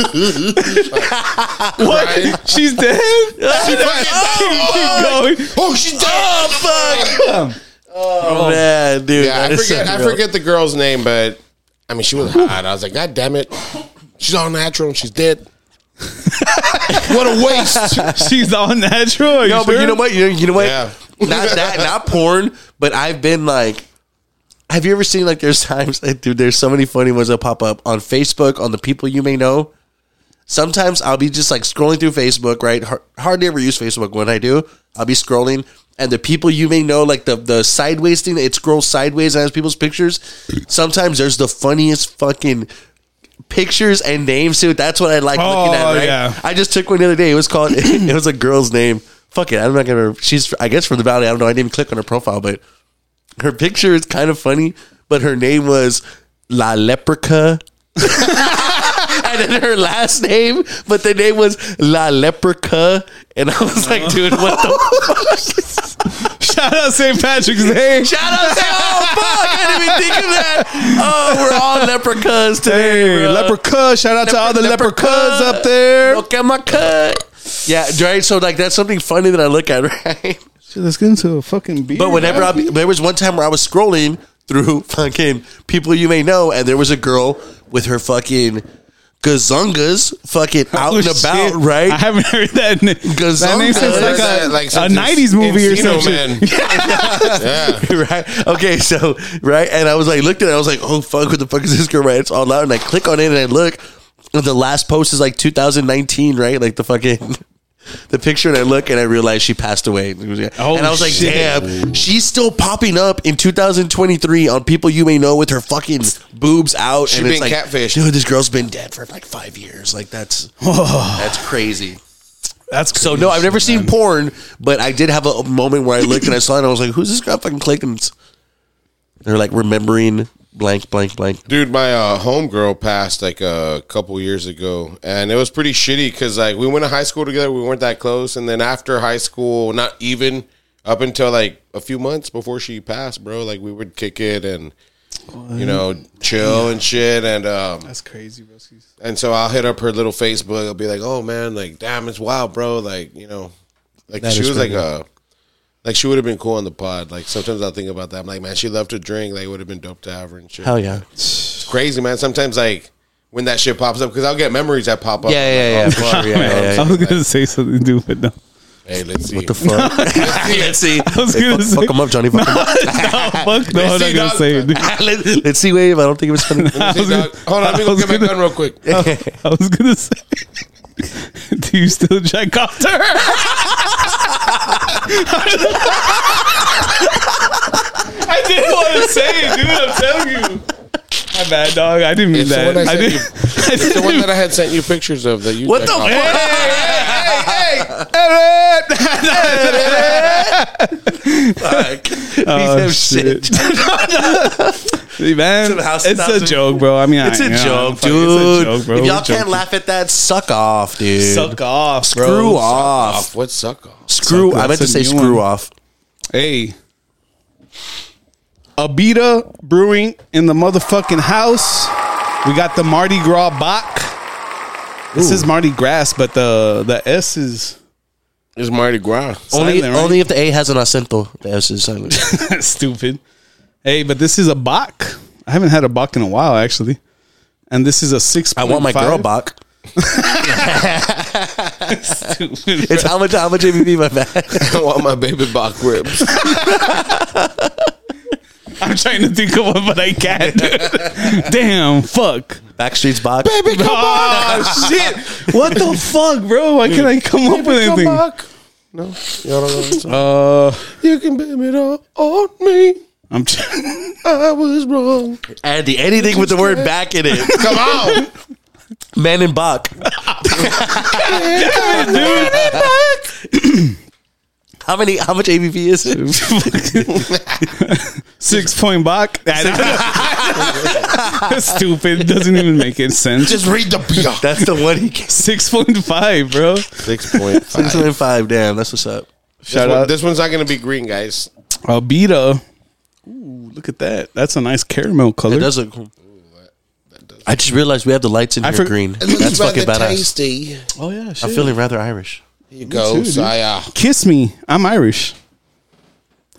what?
Ryan.
She's dead.
she fucking died.
Keep going.
Oh, she died.
Oh man, dude.
Yeah,
that
I
is
forget. I
unreal.
forget the girl's name, but I mean, she was hot. I was like, God damn it, she's all natural and she's dead. what a waste.
She's all natural. Are
No,
you
but you
sure?
know what? You know, you know what?
Yeah.
Not that, not porn, but I've been like, have you ever seen like there's times, like, dude, there's so many funny ones that pop up on Facebook, on the people you may know. Sometimes I'll be just like scrolling through Facebook, right? Har- Hardly ever use Facebook. When I do, I'll be scrolling, and the people you may know, like the the sideways thing, it scrolls sideways and has people's pictures. Sometimes there's the funniest fucking pictures and names too. That's what I like looking
Oh,
at. Right?
yeah.
I just took one the other day. It was called. it was a girl's name. Fuck it. I'm not gonna. She's I guess from the valley. I don't know. I didn't even click on her profile, but her picture is kind of funny. But her name was La Lepreca. And then her last name, but the name was La Lepreca, and I was like, "Dude, what the
Shout out St. Patrick's Day.
shout out to? Oh fuck, I didn't even think of that. Oh, we're all leprechauns today.
Hey,
bruh.
leprechaun! Shout out to all the leprechauns up there.
Look at my cut. Yeah, right. So like that's something funny that I look at, right?
Shit, let's get into a fucking beer.
But whenever I,
man.
there was one time where I was scrolling through fucking people you may know, and there was a girl with her fucking gazongas fucking out
Oh,
and
shit.
about, right?
I haven't heard that. na- That
Gazonga.
name since like
That-
a,
like
a
since
'90s movie or
Encino
something.
Man. yeah.
right? Okay, so right, and I was like, looked at it, I was like, oh fuck, what the fuck is this girl? Right, it's all out, and I click on it, and I look, and the last post is like 2019, right? Like the fucking. The picture and I look and I realize she passed away.
Oh,
and I was like,
shit.
damn, she's still popping up in 2023 on people you may know with her fucking boobs out. and
being
like,
catfished.
Dude, this girl's been dead for like five years. Like that's that's crazy.
That's crazy.
So no, I've never seen porn, but I did have a moment where I looked and I saw it and I was like, "Who's this guy?" I Fucking clicked and it's- they're like remembering blank, blank, blank.
Dude, my uh, homegirl passed like a couple years ago, and it was pretty shitty because like we went to high school together, we weren't that close, and then after high school, not even up until like a few months before she passed, bro. Like we would kick it and you know chill and shit, and um,
That's crazy, bro.
and so I'll hit up her little Facebook. I'll be like, "Oh man, like damn, it's wild, bro." Like you know, like she
is
was like
pretty
a, like she would have been cool on the pod. Like sometimes I'll think about that. I'm like, man, she loved to drink. Like it would have been dope to have her and shit.
Hell yeah!
It's crazy, man. Sometimes like when that shit pops up, because I'll get memories that pop up.
Yeah, yeah,
I'm like,
yeah,
oh,
for
fuck,
sure, yeah,
man.
yeah,
I was gonna say something, dude, but no.
Hey, let's see.
What the fuck? let's see.
I was
Hey,
gonna
fuck,
say-
fuck 'em up, Johnny. Fuck 'em up.
no, fuck no, I'm not gonna say it. dude.
Let's- let's see, wave. I don't think it was funny.
Let's see,
I was gonna-
dog. Hold on, let me
I
go
was
get my
gonna-
gun real quick.
I was gonna say, do you still jack off to her? I didn't want to say it, dude. I'm telling you. My bad, dog. I didn't mean
It's the
that.
one I
I,
sent
didn't. I
It's the
didn't.
one that I had sent you pictures of that you.
What the
checked off.
fuck?
Oh,
Piece of shit.
shit. See, man,
the house
it's a
announcement.
joke, bro. I mean,
It's
I,
a
you know,
joke,
fuck, it's a
dude.
joke, bro. We're
If y'all can't
joking.
laugh at that, suck off, dude.
suck off, bro.
Screw off.
What suck off?
Screw.
Suck
I meant
off's
to
a
say
new
screw
one.
off.
Hey. Abita Brewing in the motherfucking house. We got the Mardi Gras Bach. This is Mardi Gras, but the the S is
It's Mardi Gras.
Only,
Silent, right?
only if the A has an acento. The S is silent.
stupid. Hey, but this is a Bach. I haven't had a Bach in a while, actually. And this is a six.
I want my girl back. It's how much how much ABV my bad.
I want my baby back ribs.
I'm trying to think of one, but I can't. Damn, fuck.
Backstreet's box.
Oh shit! What the fuck, bro? Why can't I come up with anything?
No, y'all don't know that song.
Uh,
You can blame it all on me.
I'm. Trying-
I was wrong.
Andy, anything with the word back in it.
Come on.
Man in Bach. How many how much ABV is it?
Six point Bach. Stupid. Doesn't even make it sense.
Just read the beer.
That's the one he gets.
Six point five, bro.
Six point
Six and five, damn, that's what's up.
This,
Shout
one,
out
this one's not going to be green, guys.
Albita. Ooh, look at that. That's a nice caramel color.
It does look cool. I just realized we have the lights in here
for-
green. That's fucking badass.
tasty.
oh yeah, shit.
I'm feeling rather Irish.
Here you go,
too,
Saya.
Kiss me. I'm Irish.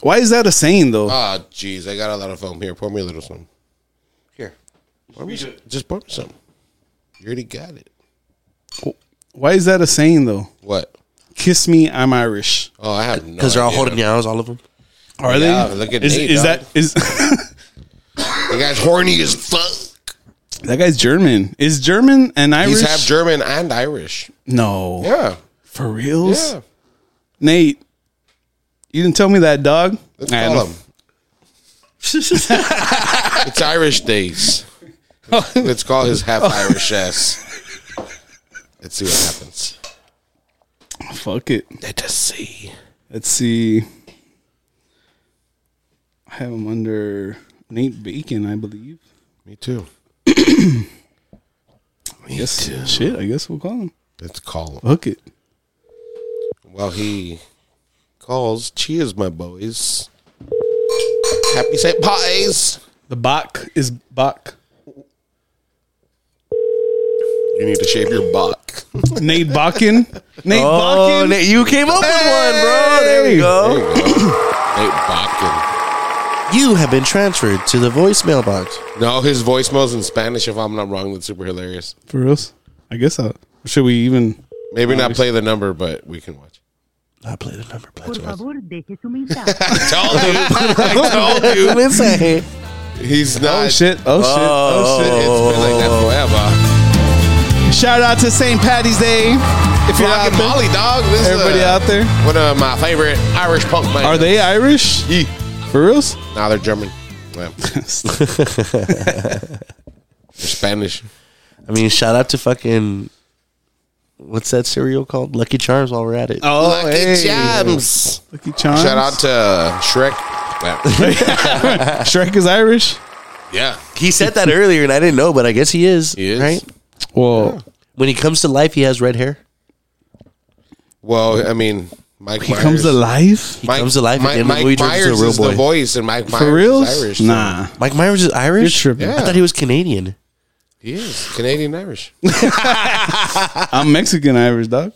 Why is that a saying though?
Ah, jeez, I got a lot of foam here. Pour me a little some.
Here.
Pour me some. Just pour me some. You already got it.
Why is that a saying though?
What?
Kiss me. I'm Irish.
Oh, I have no.
Because they're all
idea.
holding yowls, all of them.
Are
Yeah,
they?
look at
is,
me,
is
dog.
that is
You guys horny as fuck.
that guy's German? Is German and Irish?
He's half German and Irish.
no,
Yeah.
for reals.
Yeah.
Nate, you didn't tell me that, dog.
Let's
I
call
know.
him. It's Irish days. Let's call his half Irish ass. Let's see what happens.
Fuck it.
Let us see.
Let's see. I have him under Nate Bacon, I believe.
Me too.
Yes. Shit, I guess we'll call him.
Let's call him.
Fuck it.
While he calls, cheers, my boys. Happy St. Pies.
The Bach is Bach.
You You need to shave your buck.
Nate Bakken. Nate
Oh,
Bakken.
Nate, you came up with one, bro. There
Hey!
we go.
Nate Botkin.
You have been transferred to the voicemail box.
No, his voicemail's in Spanish. If I'm not wrong, that's super hilarious.
For reals? I guess I should we even
Maybe not play the number, but we can watch.
I played the number. Play
Por favor, deje su mensaje.
Told you. I told you.
mensaje.
He's not.
Oh shit. Oh,
It's
shit.
been like that forever.
Oh shit. Shout out to St. Patty's Day. If you're out
Fucking
there,
Molly, dog. This
everybody
is uh,
out there.
One of my favorite Irish punk bands.
Are they Irish? For reals?
Now they're German. Yeah. they're Spanish.
I mean, shout out to fucking what's that cereal called? Lucky Charms. While we're at it,
Oh,
Lucky
hey.
Charms.
Lucky Charms.
Shout out to Shrek. Yeah.
Shrek is Irish.
yeah.
he said that earlier, and I didn't know, but I guess he is.
He is.
Right?
Well,
When he comes to life, he has red hair.
Well, I mean, Mike
he comes
Myers.
alive.
Mike,
comes alive
Mike,
again when
Mike
we turn to a
Myers
real
is
boy.
the voice, and Mike Myers
For reals?
is Irish. so
nah.
Mike Myers is Irish.
You're tripping.
I thought he was Canadian.
he is Canadian Irish.
I'm Mexican Irish, dog.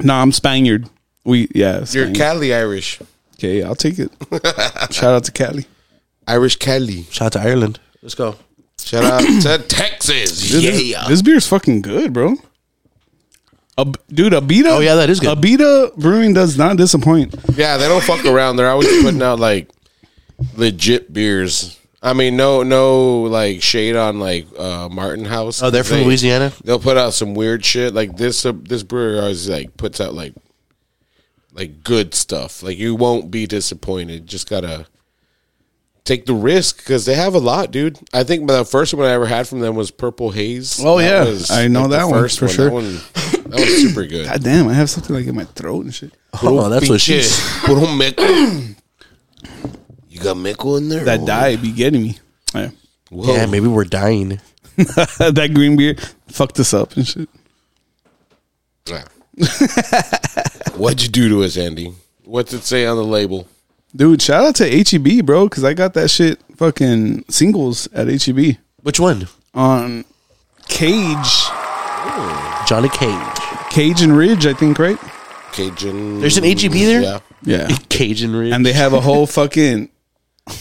No, I'm Spaniard. We yeah.
You're
Spaniard.
Cali Irish.
Okay, I'll take it. Shout out to Cali.
Irish Cali.
Shout out to Ireland. Let's go.
Shout out to Texas.
Dude, this-
Yeah.
This, beer's fucking good, bro. Ab- dude, Abita.
Oh, yeah, that is good.
Abita Brewing does not disappoint.
Yeah, they don't fuck around. They're always putting out like legit beers. I mean, no, no, like shade on like uh, Martin House.
Oh, they're from
They-
Louisiana.
They'll put out some weird shit. Like this, uh, this brewery always like puts out like like good stuff. Like you won't be disappointed. Just gotta take the risk because they have a lot, dude. I think the first one I ever had from them was Purple Haze.
Oh, yeah. I know
the
that one for
That
sure.
one- That was super good.
God damn, I have something like in my throat and shit.
Oh, that's what she.
Pinche puro meco. You got meco in there?
Oh.
That dye be getting me. Yeah.
Whoa.
Yeah, maybe we're dying.
that green beer fucked us up and shit.
Yeah. What'd you do to us, Andy? What's it say on the label?
Dude, shout out to HEB, bro, because I got that shit fucking singles at E HEB
Which one?
on Cage,
Johnny Cage.
Cage and Ridge, I think, right?
Cajun.
There's an HEB there?
Yeah.
Yeah.
Cajun Ridge.
and they have a whole fucking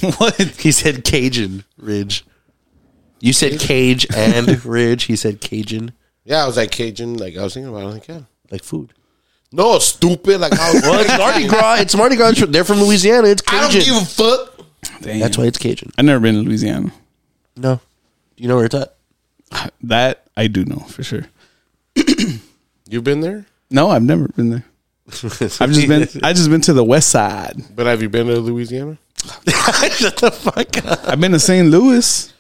what?
He said Cajun Ridge. You said cage and ridge. He said Cajun,
Yeah, I was like Cajun. Like I was thinking about. it. I was like, yeah.
like food.
No, stupid. Like I was.
Well, it's Mardi Gras. It's Mardi Gras. They're from Louisiana. It's
I don't
Cajun.
give a fuck.
Damn.
That's why it's Cajun.
I've never been to Louisiana.
No, you know where it's at.
That I do know for sure.
You've been there,
No, I've never been there. I've just been I just been to the west side.
but have you been to Louisiana?
Shut the fuck up.
I've been to St. Louis.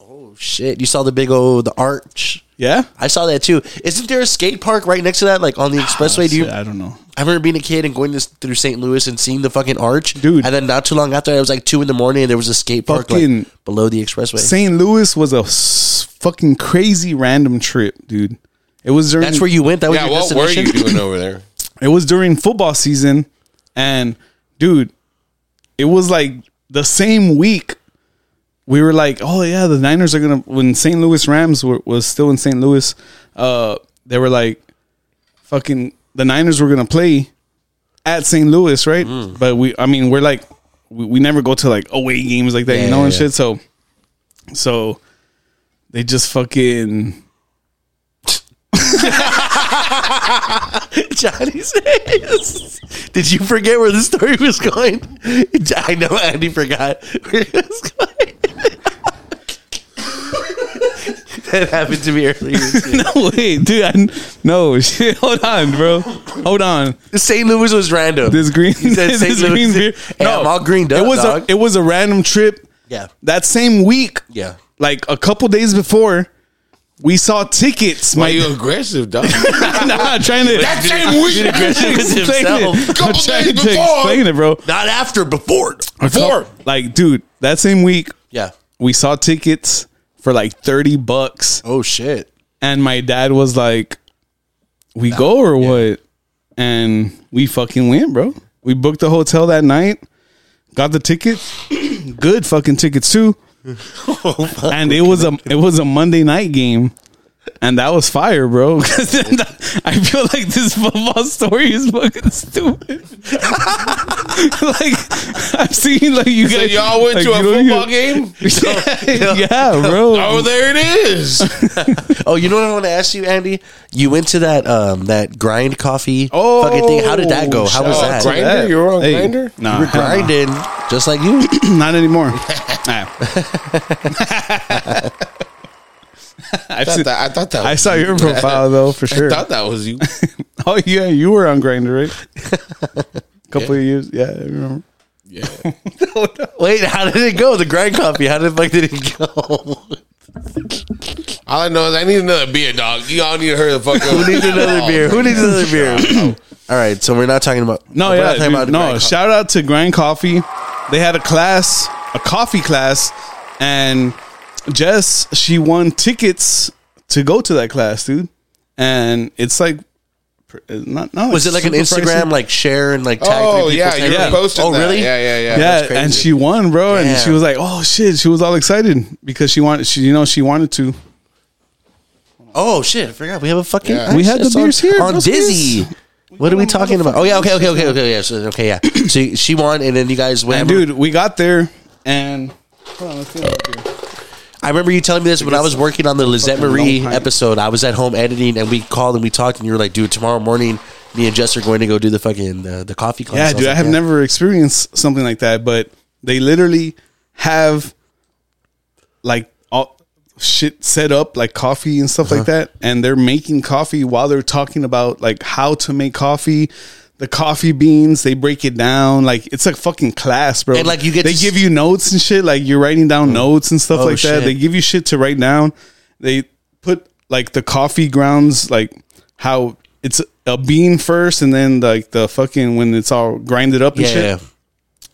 Oh shit! You saw the big old the arch.
Yeah.
I saw that too. Isn't there a skate park right next to that, like on the expressway? Do you?
Shit, I don't know.
I remember being a kid and going this, through St. Louis and seeing the fucking arch,
Dude.
And then not too long after, it was like two in the morning, and there was a skate park like,
Fucking-
below the expressway.
St. Louis was a s- fucking crazy random trip, dude. It was during
That's where you went. That was
Yeah.
your
What were
destination.
you doing over there?
it was during football season and dude it was like the same week we were like oh yeah the niners are gonna when st louis rams were, was still in st louis uh they were like fucking the niners were gonna play at st louis right
Mm.
but we i mean we're like we, we never go to like away games like that
Yeah,
you know
yeah,
and
yeah.
shit so so they just fucking
Johnny says, "Did you forget where the story was going?" I know Andy forgot where it was going. that happened to me earlier. too.
no wait dude I, no shit hold on bro hold on
St. Louis was random.
this green,
said
this
St. Louis
green
City.
beer.
Hey, I'm all greened up,
It was
dog.
a it was a random trip.
yeah,
That same week,
yeah.
like a couple days before, we saw tickets.
Why
My
you aggressive, dog?
nah, trying to
that same week.
Aggressive with
explain
himself.
it. I'm
Couple
trying to
days before.
explain it, bro.
Not after, before.
Four.
Like, dude, that same week
Yeah.
we saw tickets for like thirty bucks,
Oh shit.
and my dad was like, "We go or what?" And we fucking went, bro. We booked the hotel that night, got the tickets, good
Oh,
fucking tickets too. and it was a it was a Monday night game, And that was fire, bro. 'Cause then that- I feel like this football story is fucking stupid. like I've seen like you
So
guys,
y'all went
like,
to a
you know, you-
football game?
yeah, yeah, bro.
Oh, there it is.
Oh, you know what I want to ask you, Andy? You went to that um that grind coffee
Oh,
fucking thing. How did that go? How was
shout
out
that?
to Grindr?
That-
You were on Grindr?
No,
You were grinding just like you.
not anymore. Nah. I've
I
seen-
thought that, I thought that
I
was,
saw your profile though for
I
sure.
thought that was you.
Oh yeah, you were on Grinder, right? A couple of years, yeah. I remember.
Yeah.
Wait, how did it go? The grind coffee. How the fuck did it go?
All I know is I need another beer, dog. You all need to hurry the fuck up. Oh,
Who needs another beer? Who needs another beer? All right, so we're not talking about
No,
we're
yeah,
not talking
dude,
about
no.
grind coffee.
Shout out to Grind Coffee. They had a class, a coffee class, and Jess she won tickets to go to that class, dude. And it's like, pr- uh, not no.
Was it
it's
like an
super
Instagram,
pricey.
like share and like tag?
Oh
three people,
yeah,
tag
you
three
yeah.
people?
posted.
Oh
that.
really?
Yeah, yeah, yeah.
yeah,
that's crazy.
and she won, bro, and
Yeah.
she was like, "Oh shit!" She was all excited because she wanted, she you know, she wanted to.
Oh shit! I forgot we have a fucking.
Yeah.
We had the
it's on-
beers here,
on
those
Dizzy. What are we talking about? Oh yeah, okay, okay, okay, okay, yeah, so, okay, yeah. So she won, and then you guys went.
And dude, we got there, and hold on, let's see what we do.
I remember you telling me this when I was working on the Lizette
fucking
Marie
long time.
episode. I was at home editing, and we called and we talked, and you were like, "Dude, tomorrow morning, me and Jess are going to go do the fucking uh, the, the coffee class."
Yeah,
was
dude, I
like,
have
"Yeah."
never experienced something like that, but they literally have like all shit set up like coffee and stuff
Uh-huh.
like that and they're making coffee while they're talking about like how to make coffee the coffee beans they break it down like it's like fucking class bro
And, like, you get
they
to s-
give you notes and shit like you're writing down notes and stuff
Oh,
like
shit.
that they give you shit to write down they put like the coffee grounds like how it's a bean first and then like the fucking when it's all grinded up and
Yeah,
shit
yeah.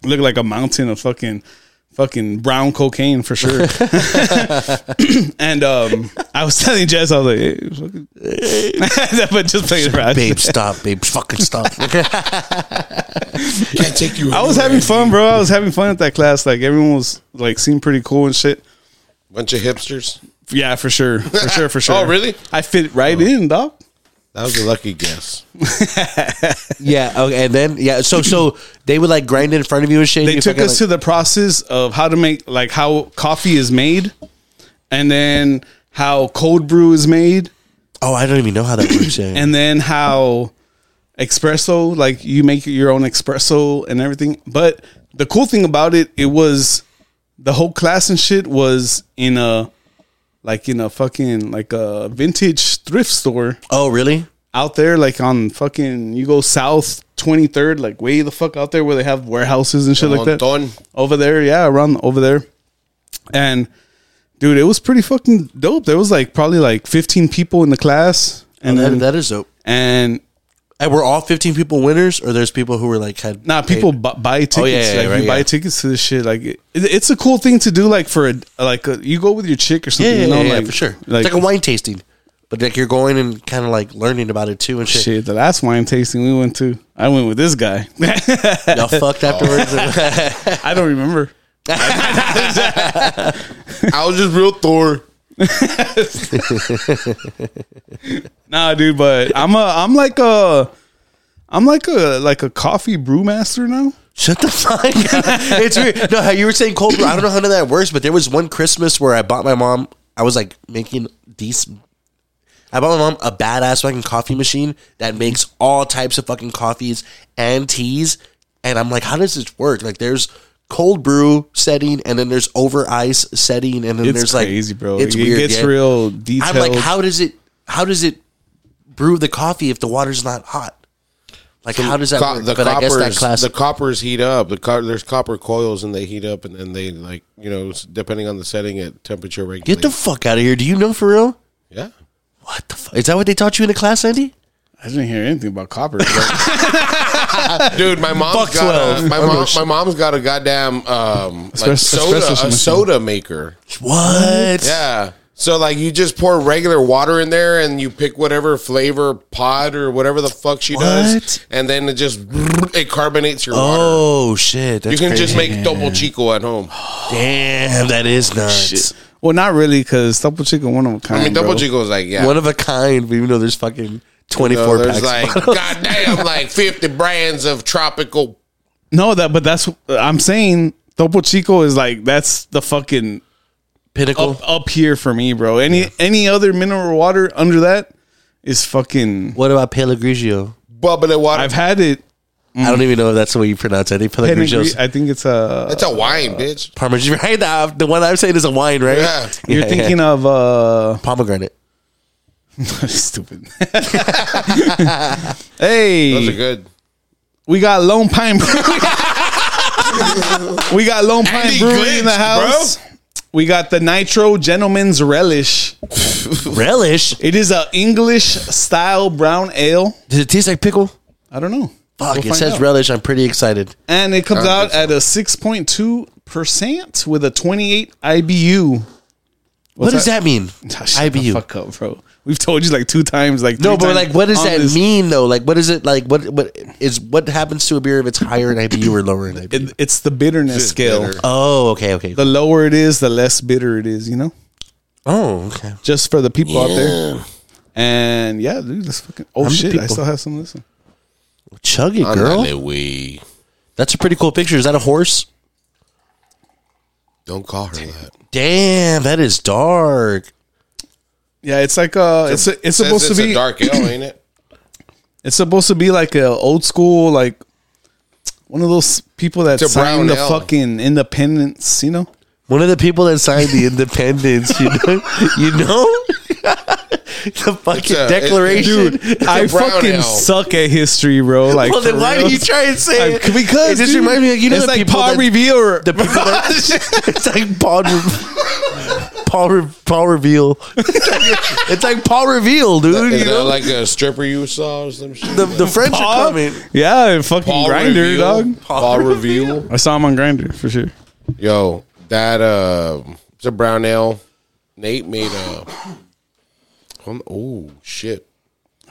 look like a mountain of fucking fucking brown cocaine for sure. and um I was telling Jess, I was like, hey, fucking- but just playing around.
babe, stop, babe, fucking stop.
Can't take you.
I was having fun, bro. I was having fun at that class. Like everyone was like seemed pretty cool and shit.
bunch of hipsters.
Yeah, for sure. For sure, for sure.
Oh, really?
I fit right in, dog.
That was a lucky guess.
yeah, okay, and then yeah, so so they would like grind in front of you and shit.
They took us to the process of how to make like how coffee is made and then how cold brew is made.
oh, I don't even know how that works. Yeah.
and then how espresso like you make your own espresso and everything but the cool thing about it it was the whole class and shit was in a like in a fucking like a vintage thrift store
oh, really?
out there like on fucking you go south 23rd like way the fuck out there where they have warehouses and shit like that
Monton.
over there yeah around over there and dude it was pretty fucking dope there was like probably like 15 people in the class and
Oh, That-
then
that is dope.
and
And were all 15 people winners, or there's people who were like had
Nah,
paid-
people bu- buy tickets.
Oh, yeah, yeah,
like
right,
you buy
yeah.
tickets to this shit. Like it, it's a cool thing to do. Like for a like a, you go with your chick or
Yeah,
something.
yeah,
you know,
yeah, yeah,
like,
for sure.
Like,
it's like a wine tasting, but like you're going and kind of like learning about it too and shit.
shit. The last wine tasting we went to, I went with this guy.
Y'all fucked afterwards.
I don't remember.
I was just real Thor.
Nah, dude. But I'm a I'm like a I'm like a like a coffee brewmaster now.
Shut the fuck up. It's weird. No, how you were saying cold brew. I don't know how none of that works, but there was one Christmas where I bought my mom, I was like making decent. I bought my mom a badass fucking coffee machine that makes all types of fucking coffees and teas. And I'm like, how does this work? Like, there's cold brew setting, and then there's over ice setting, and then
It's
there's like
crazy, bro.
It's
it
weird.
gets
yeah.
real
I'm
detailed.
like, how does it? How does it brew the coffee if the water's not hot? Like, how does that
Co-
work?
the
but I
coppers,
guess that class
the coppers heat up. The co- there's copper coils and they heat up, and then they like you know s- depending on the setting at temperature regulation.
Get the fuck out of here. Do you know for real?
yeah.
What the fuck? Is that what they taught you in the class, Andy?
I didn't hear anything about copper. but-
Dude, my mom's
Buck
got
12.
a, my mom my mom's got a goddamn um like
Espresso- espresso
soda
machine.
a soda maker.
What?
Yeah. So like you just pour regular water in there and you pick whatever flavor pod or whatever the fuck she
What?
does, and then it just it carbonates your water.
Oh shit.
You
That's
can
crazy.
just make double chico at home.
Damn, that is nuts.
Well, not really, because double chicken one of a kind.
I mean, double
bro.
G goes like, yeah.
One of a kind, but even though there's fucking
You
24
know, there's
packs.
like, goddamn, like 50 brands of tropical.
No, that but that's I'm saying. Topo Chico is like that's the fucking
Pinnacle.
up, up here for me, bro. Any any other mineral water under that is fucking.
What about Pale Grigio?
Bubbly water.
I've had it.
I don't even know if that's the way you pronounce it. I think Pale
Pedigree-
Grigio's
I think it's uh, a.
That's a
Uh,
wine, bitch.
Parmesan. Right now, the one I'm saying is a wine, right?
Yeah.
You're
Yeah,
thinking
yeah.
of uh
pomegranate.
stupid. hey,
Those are good.
we got Lone Pine. we got Lone Pine
Andy
Brewery in the
glitched, bro.
house. We got the Nitro Gentleman's Relish.
Relish.
It is a English style brown ale.
Does it taste like pickle?
I don't know. We'll
Fuck, it
find
says
out.
relish. I'm pretty excited.
and it comes out at a six point two percent with a twenty eight IBU.
what does that, mean?
Shut the
IBU.
fuck up, bro. We've told you like two times, like
No,
three
but
times
like, what does
on
that
this.
mean though? Like, what is it like? What what is what happens to a beer if it's higher in IBU or lower in IBU?
It, it's the bitterness
It's
scale.
bitter.
Oh, okay, okay.
The lower it is, the less bitter it is. You know,
Oh, okay.
just for the people out there. And yeah, dude, that's fucking. Oh
many
shit, I
people?
still have some of this. One.
Chug it,
Ándale,
girl.
güey.
That's a pretty cool picture. Is that a horse?
Don't call her that.
Damn, that is dark.
Yeah, it's like uh, it's it's,
Says
supposed
it's
to be
a dark ale, ain't it?
it's supposed to be like a old school like one of those people that
It's a brown
signed the
ale.
fucking independence. You know.
One of the people that signed the Independence, you know, you know, the fucking
a-
Declaration.
it's- it's a
I
brown
fucking
ale.
suck at history, bro. Like,
well, then
for
why
real.
do you try and say
I-
it?
because
it just
dude,
reminds me, like, you know,
it's
the
like
people
Paul
that-
Revere.
the people that, it's like Paul, Re- Paul, Re- Paul reveal. It's like, it's like Paul reveal, dude.
Is
You know,
that like a stripper you saw or some shit?
the, the French are
Paul?
coming.
Yeah, fucking grinder,
Reveal.
dog.
Paul, Reveal.
I saw him on Grinder for sure.
Yo, that uh, it's a brown ale. Nate made a. Um, oh shit!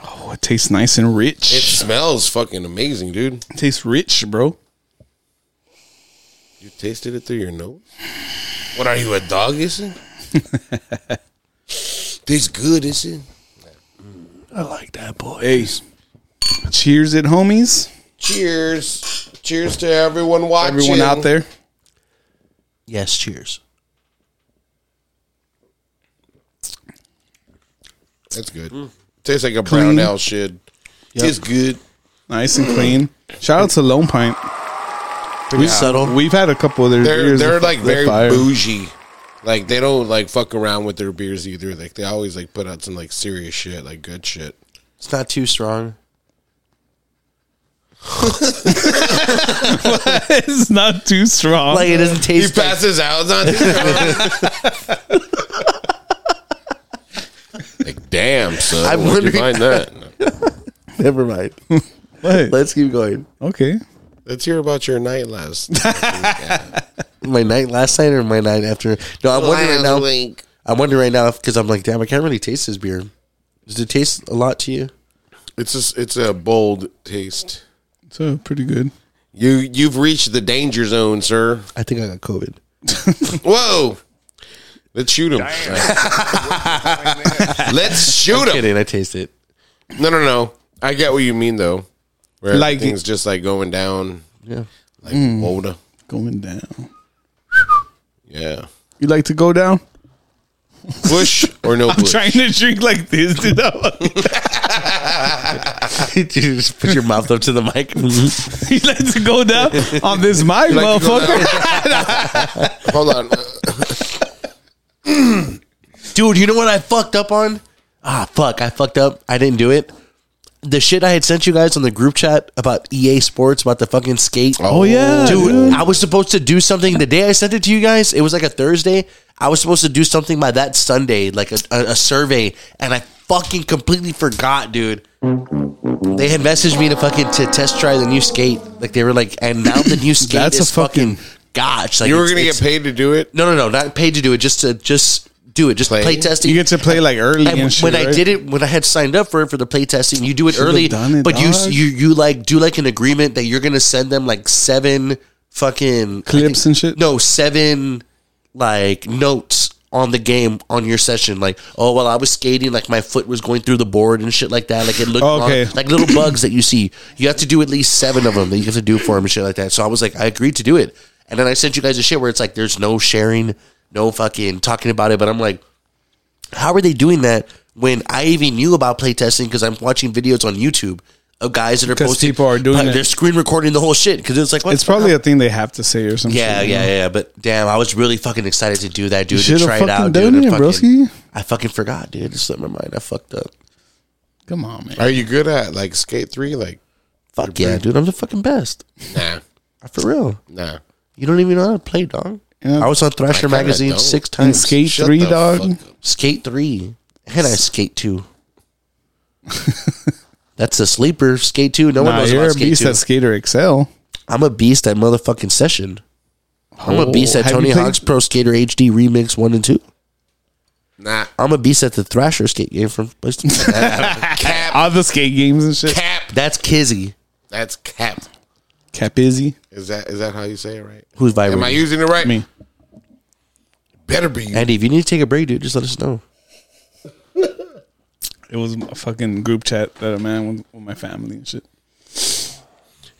Oh, it tastes nice and rich.
It smells fucking amazing, dude.
it tastes rich, bro.
You tasted it through your nose. What are you a dog? Is it? Tastes good, is it?
I like that boy.
Hey, cheers, it homies.
Cheers! Cheers to everyone watching.
Everyone out there.
Yes, cheers.
That's good. Tastes like a brown ale shit. Tastes good.
Nice and clean. Shout out to Lone Pint.
Pretty subtle.
We've had a couple of their
They're
beers
they're
that-
like
that
very
fire.
bougie. Like they don't like fuck around with their beers either. Like they always like put out some like serious shit, like good shit.
it's not too strong.
it's not too strong.
Like it doesn't
He
taste. Like,
passes out on like damn, son.
I'm
I'm where'd you
wondering-
find that?
never mind.
What?
Let's keep going.
okay.
Let's hear about your night last.
My night last night or my night after? No, I'm wondering right now.
Link.
I'm wondering right now because I'm like, damn, I can't really taste this beer. Does it taste a lot to you?
It's just it's a bold taste.
So pretty good.
You you've reached the danger zone, sir.
I think I got COVID.
Whoa. Let's shoot him. Let's shoot him.
Kidding, I taste it.
No, no, no. I get what you mean though. Where
Like-
everything's just like Mm. going down,
Yeah.
like water.
Going down.
Yeah,
You like to go down?
push or no push.
Trying to drink like this, dude.
you just put your mouth up to the mic.
you like to go down on this mic,
like to go
motherfucker.
Hold on.
Dude, you know what I fucked up on? Ah, fuck. I fucked up. I didn't do it. The shit I had sent you guys on the group chat about EA Sports, about the fucking skate.
Oh yeah,
Dude, I was supposed to do something the day I sent it to you guys. It was like a Thursday. I was supposed to do something by that Sunday, like a, a, a survey, and I fucking completely forgot, dude. They had messaged me to fucking to test try the new skate. Like they were like, and now the new skate
That's
is
a fucking-
fucking, gosh. Like
You were
it's-
gonna
it's-
get paid to do it.
No, no, no, not paid to do it. Just to just do it. Just
Play.
play, testing.
You get to play like early and,
And
shit,
when I
right?
did it, when I had signed up for it for the play testing, you do it
Should've
early,
done it,
but you
dog.
you you like do like an agreement that you're gonna send them like seven fucking I
Clips and shit?
No, seven like notes on the game on your session. Like, oh, while I was skating, like my foot was going through the board and shit like that. Like it looked
Okay.
wrong. like little bugs that you see. You have to do at least seven of them that you have to do for him and shit like that. So I was like, I agreed to do it, and then I sent you guys a shit where it's like there's no sharing, no fucking talking about it. But I'm like, how are they doing that when I even knew about playtesting because I'm watching videos on YouTube. Of guys that are
'Cause
posting,
people are doing
they're
it.
screen recording the whole shit because it's like what
It's
the fuck?
probably a thing they have to say or something.
Yeah, yeah, yeah. But damn, I was really fucking excited to do that, dude. to
should've
try it out,
fucking
dude.
done
I
it,
fucking,
broski.
I fucking forgot, dude. Just slipped my mind. I fucked up.
Come on, man.
Are you good at like Skate Three? Like,
Fuck yeah, dude. I'm the fucking best.
nah,
For real.
nah.
You don't even know how to play, dog.
Yeah.
I was on Thrasher
kinda
magazine
don't.
six
And
times.
skate
Shut
three,
the
dog.
fuck up.
Skate three, and I skate two. That's a sleeper. Skate two. No one
Nah,
knows
you're
about
a
skate
beast
two.
at Skater Excel.
I'm a beast at motherfucking session. I'm a
Oh,
beast at
have you
Tony
played-
Hawk's Pro Skater HD Remix one and two.
Nah.
I'm a beast at the Thrasher skate game from PlayStation.
Cap.
All the skate games and shit.
Cap.
That's Kizzy.
That's cap.
Cap Izzy.
Is that is that how you say it right?
Who's
Am I
vibrating?
using it right?
Me.
Better be.
Andy, if you need to take a break, dude, just let us know.
It was a fucking group chat that a man with, with my family and shit.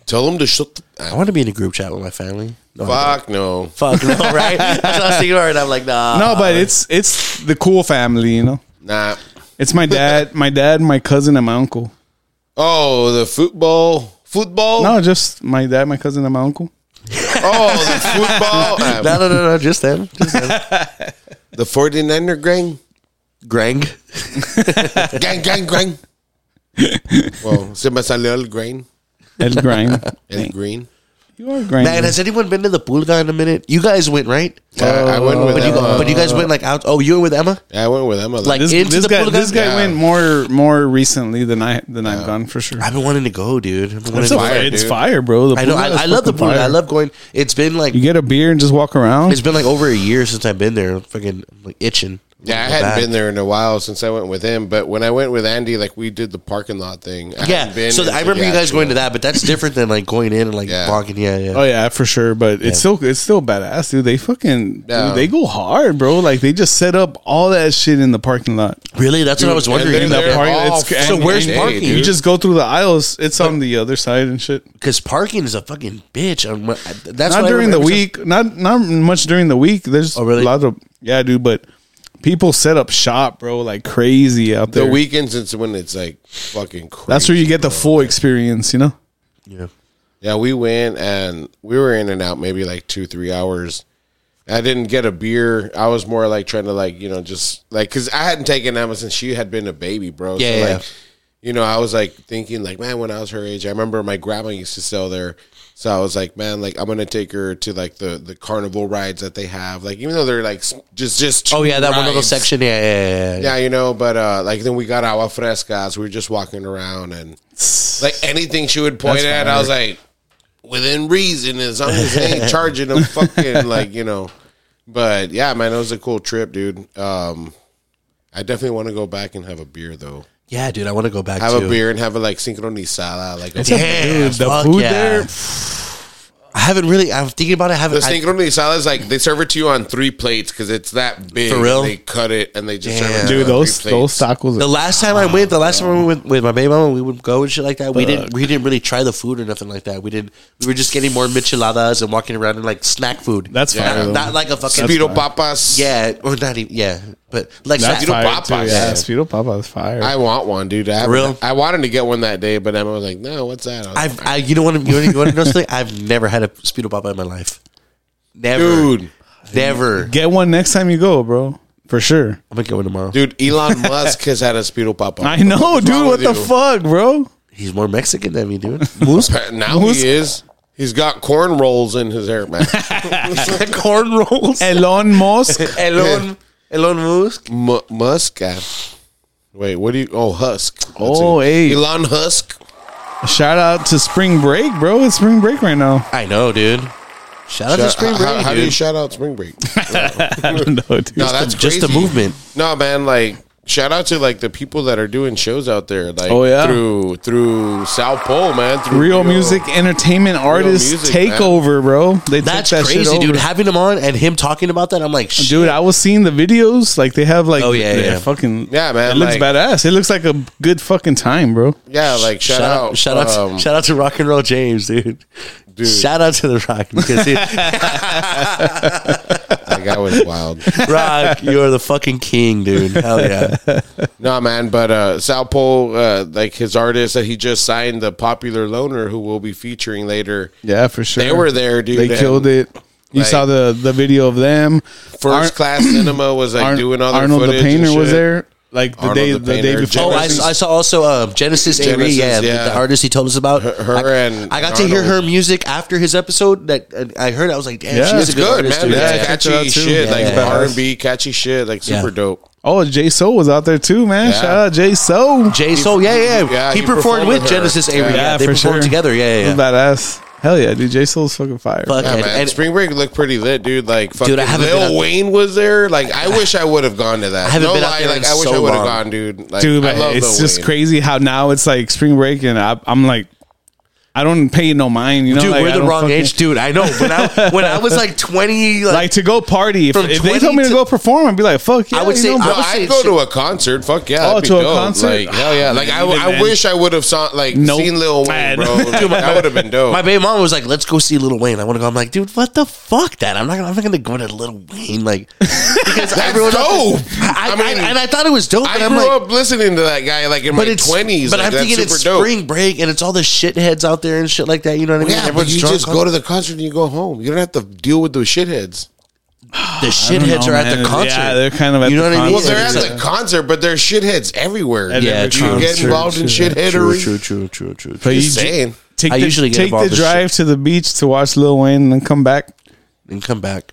Tell them to shut the
I
ah,
want to be in a group chat with my family. No, I
fuck no.
don't. fuck no, right? That's what I was thinking about, and I'm like, nah.
No, but it's it's the cool family, you know.
Nah.
It's my dad, my dad, my cousin, and my uncle.
Oh, the football. Football.
Oh.
No, just my dad, my cousin, and my uncle.
Oh, the football. Ah,
no, no, no, no, just them, just them.
the 49er gang.
Grang.
Gang, gang, gang. well, se me salió el grain.
El Grind.
El green.
you are Grind.
Man, has anyone been to the Pulga in a minute? You guys went right,
Yeah, I went with
but you,
Emma.
but you guys went like out. Oh, you were with Emma.
I went with Emma.
Like-
this,
into
this
the
guy,
pool,
this guy
guy?
went more more recently than I than I've gone for sure.
I've been wanting to go, dude. I've been wanting
It's,
to
a-
go.
fire,
it's
dude.
fire, bro. The
I know.
pool
I,
is
I love the
fucking
Pulga. I
fire.
love going. It's been like
You get a beer and just walk around.
it's been like over a year since I've been there. I'm Fucking like itching.
yeah, I
Go
hadn't
back.
been there in a while since I went with him. But when I went with Andy, like we did the parking lot thing. I
Yeah,
hadn't been
so
into
I remember
the
you guys
actual-
going to that, but that's different than like going in and like
Yeah.
walking. Yeah, yeah.
Oh yeah, for sure. But it's still it's still badass, dude. They fucking
Yeah.
dude, they go hard, bro. Like they just set up all that shit in the parking lot.
Really? That's what I was
And
wondering.
they're
that
there
park-
all
it's-
fucking
so
where's
day,
parking?
dude.
You just go through the aisles. It's on the other side and shit.
because parking is a fucking bitch. I'm, that's
Not
why
during the
every time-
week. Not not much during the week. There's
Oh, really?
a lot of yeah, dude. But people set up shop, bro, like crazy out
the
there.
weekends it's when it's like fucking crazy.
That's where you get the full experience, you know.
Yeah.
Yeah, we went and we were in and out maybe like two, three hours. I didn't get a beer. I was more like trying to like you know just like because I hadn't taken Emma since she had been a baby, bro.
Yeah,
so
yeah.
like you know I was like thinking like man when I was her age, I remember my grandma used to sell there. So I was like, man, like I'm gonna take her to like the the carnival rides that they have, like even though they're like s- just just two
Oh yeah, that one little
rides.
section. Yeah, yeah, yeah. yeah.
Yeah, you know, but uh like then we got agua frescas. We were just walking around and like anything she would point
That's
at, I was like, within reason, as long as they ain't charging them fucking like you know. But yeah, man, it was a cool trip, dude. Um, I definitely want to go back and have a beer though.
Yeah, dude, I want to go back.
Have
too.
a beer and have a like sincronizada, like a,
It's a-
Yeah,
dude, the
fuck
food
yeah.
there.
I haven't really. I'm thinking about it. I
the
haven't. I,
sincronizada is like they serve it to you on three plates because it's that big.
For real?
they cut it and they just serve it
Damn.
to you
Dude,
on
those
three plates.
those tacos.
the last time I went, the last time I went with, with my baby mama, we would go and shit like that. We didn't. We didn't really try the food or nothing like that. We did. We were just getting more micheladas and walking around and like snack food.
That's
Yeah.
fine.
not,
though.
not like a fucking.
Speedo papas.
yeah, or not even. Yeah, but like
That's
snack,
Speedo
fire too.
Papas.
Yeah, Speedo Papa is fire.
I want one, dude. I haven't-
real?
I wanted to get one that day, but Emma was like, "No, what's that?" I was
I've,
like,
I, you know what? You want to know something? I've never had a speedo pop in my life. Never,
dude,
Never.
Get one next time you go, bro. For sure.
I'm gonna get one tomorrow. Dude,
dude. Elon Musk has had a speedo pop up.
I know,
What's
dude.
wrong
What
with
the
you?
fuck, bro?
he's more Mexican than me, dude.
Now
Who's-
he is. He's got corn rolls in his hair, man.
Corn rolls.
Elon Musk.
Elon Elon Musk.
M- Musk. uh, Wait, what do you? Oh, Husk. That's
Oh,
it.
hey.
Elon Husk.
Shout out to Spring Break, bro. It's Spring Break right now.
I know, dude. Shout out to
Shout-
Spring Break,
how, how do you
dude.
shout out spring break?
I don't know, dude.
No, that's
Just the
crazy.
movement.
No, man, like shout out to like the people that are doing shows out there, like
Oh, yeah.
through through South Pole, man. Through
Real music, entertainment artists
music, man.
takeover, bro. They
That's
took that shit
crazy, dude.
over.
Having him on and him talking about that, I'm like, shit.
Dude, I was seeing the videos. Like they have like
Oh, yeah,
the
yeah.
fucking
Yeah, man,
It looks
like-
badass. It looks like a good fucking time, bro.
Yeah, like shout, out,
shout out,
um,
to, shout out to Rock and Roll James, dude. Shout out to the Rock because he,
Like I was wild.
Rock, you are the fucking king, dude. Hell yeah,
No man, but uh Sal Pol, uh, like his artist that he just signed, the popular loner who we'll be featuring later.
Yeah, for sure.
They were there, dude.
They
and
killed it. You
like-
saw the the video of them.
First class cinema was like
Arn-
doing all their
Arnold the
footage and
Painter was
shit.
there. Like the
Arnold
day
the
the,
Painter,
day before.
Oh, I,
Genesis.
I saw also uh, Genesis, Avery,
Genesis,
yeah,
yeah.
the artist he told us about. Her,
her
I,
and-
I got
and
to hear her
Arnold.
music after his episode that uh, I heard. I was like, damn,
Yeah.
she is
It's
It's
a good,
good,
artist,
man.
dude.
Yeah,
Yeah,
check
catchy
that out, too.
shit, like
Yeah.
R and B, catchy shit, like super
Yeah.
dope.
Oh, Jay Soul was out there too, man.
Yeah.
Shout out Jay Soul.
Jay Soul, yeah, yeah,
yeah,
He,
he
performed,
performed
with
with her.
Genesis, Avery. Yeah,
Yeah,
they
for
performed
sure.
together. Yeah, yeah,
It was
yeah.
badass. Hell yeah, dude. Jay Soul's fucking fire.
Fuck,
Yeah,
and-
man.
and-
Spring Break looked pretty lit, dude. Like, fucking
I haven't been
Lil
out-
Wayne was there. Like, I wish I would have gone to that.
haven't
no
been out
lie,
there
like,
in
I wish
so
I would have
long.
gone, dude. Like,
dude.
I
But
love
it's
Lil
just
Wayne.
crazy how now it's like spring break, and I, I'm like, I don't pay it no mind. You know,
dude,
like, I
we're the
don't
wrong
fucking-
age, dude. I know. When I when I was like twenty, like,
Like to go party. If,
From
if they told
20
me to,
to-
go perform, I'd be like, fuck. Yeah,
would
you
say-
know,
I
bro.
No,
would
I'd
say
go
shit-
to a concert. Fuck yeah.
Oh,
that'd be
to a
dope.
concert?
Like, hell
Ah,
yeah. Like, I,
Even
I
then.
wish I would have saw, like,
Nope.
seen Lil Wayne,
Man.
bro. Like, that would have been
oh.
dope.
my baby mom was like, "Let's go see Little Wayne." I want to go. I'm like, dude, what the fuck? That I'm not. I'm not gonna go to Little Wayne. Like, because
That's
everyone else-
dope.
I,
I
mean,
mean,
and I thought it was dope.
I
but
grew
I'm like,
up listening to that guy, like, in
but
my
it's
20s.
But
like,
I'm
that's
thinking it's
super dope.
spring break, and it's all the shitheads out there and shit like that. You know what I mean?
Yeah, but
Everyone's
you
drunk
just
on-
go to the concert and you go home. You don't have to deal with those shitheads.
the
I don't
shitheads
know,
are at the
man.
concert.
Yeah, they're kind of at
You know
the
what I mean?
concert.
Well, they're at
it's
the concert, but there's shitheads everywhere.
At
Yeah,
every
true,
you get
concert,
involved in
true.
shitheadery.
true, true, true.
But
Just
you ju-
saying.
Take
I
the,
usually get
take
involved
the
with
drive to the beach to watch Lil Wayne and then come back.
and come back.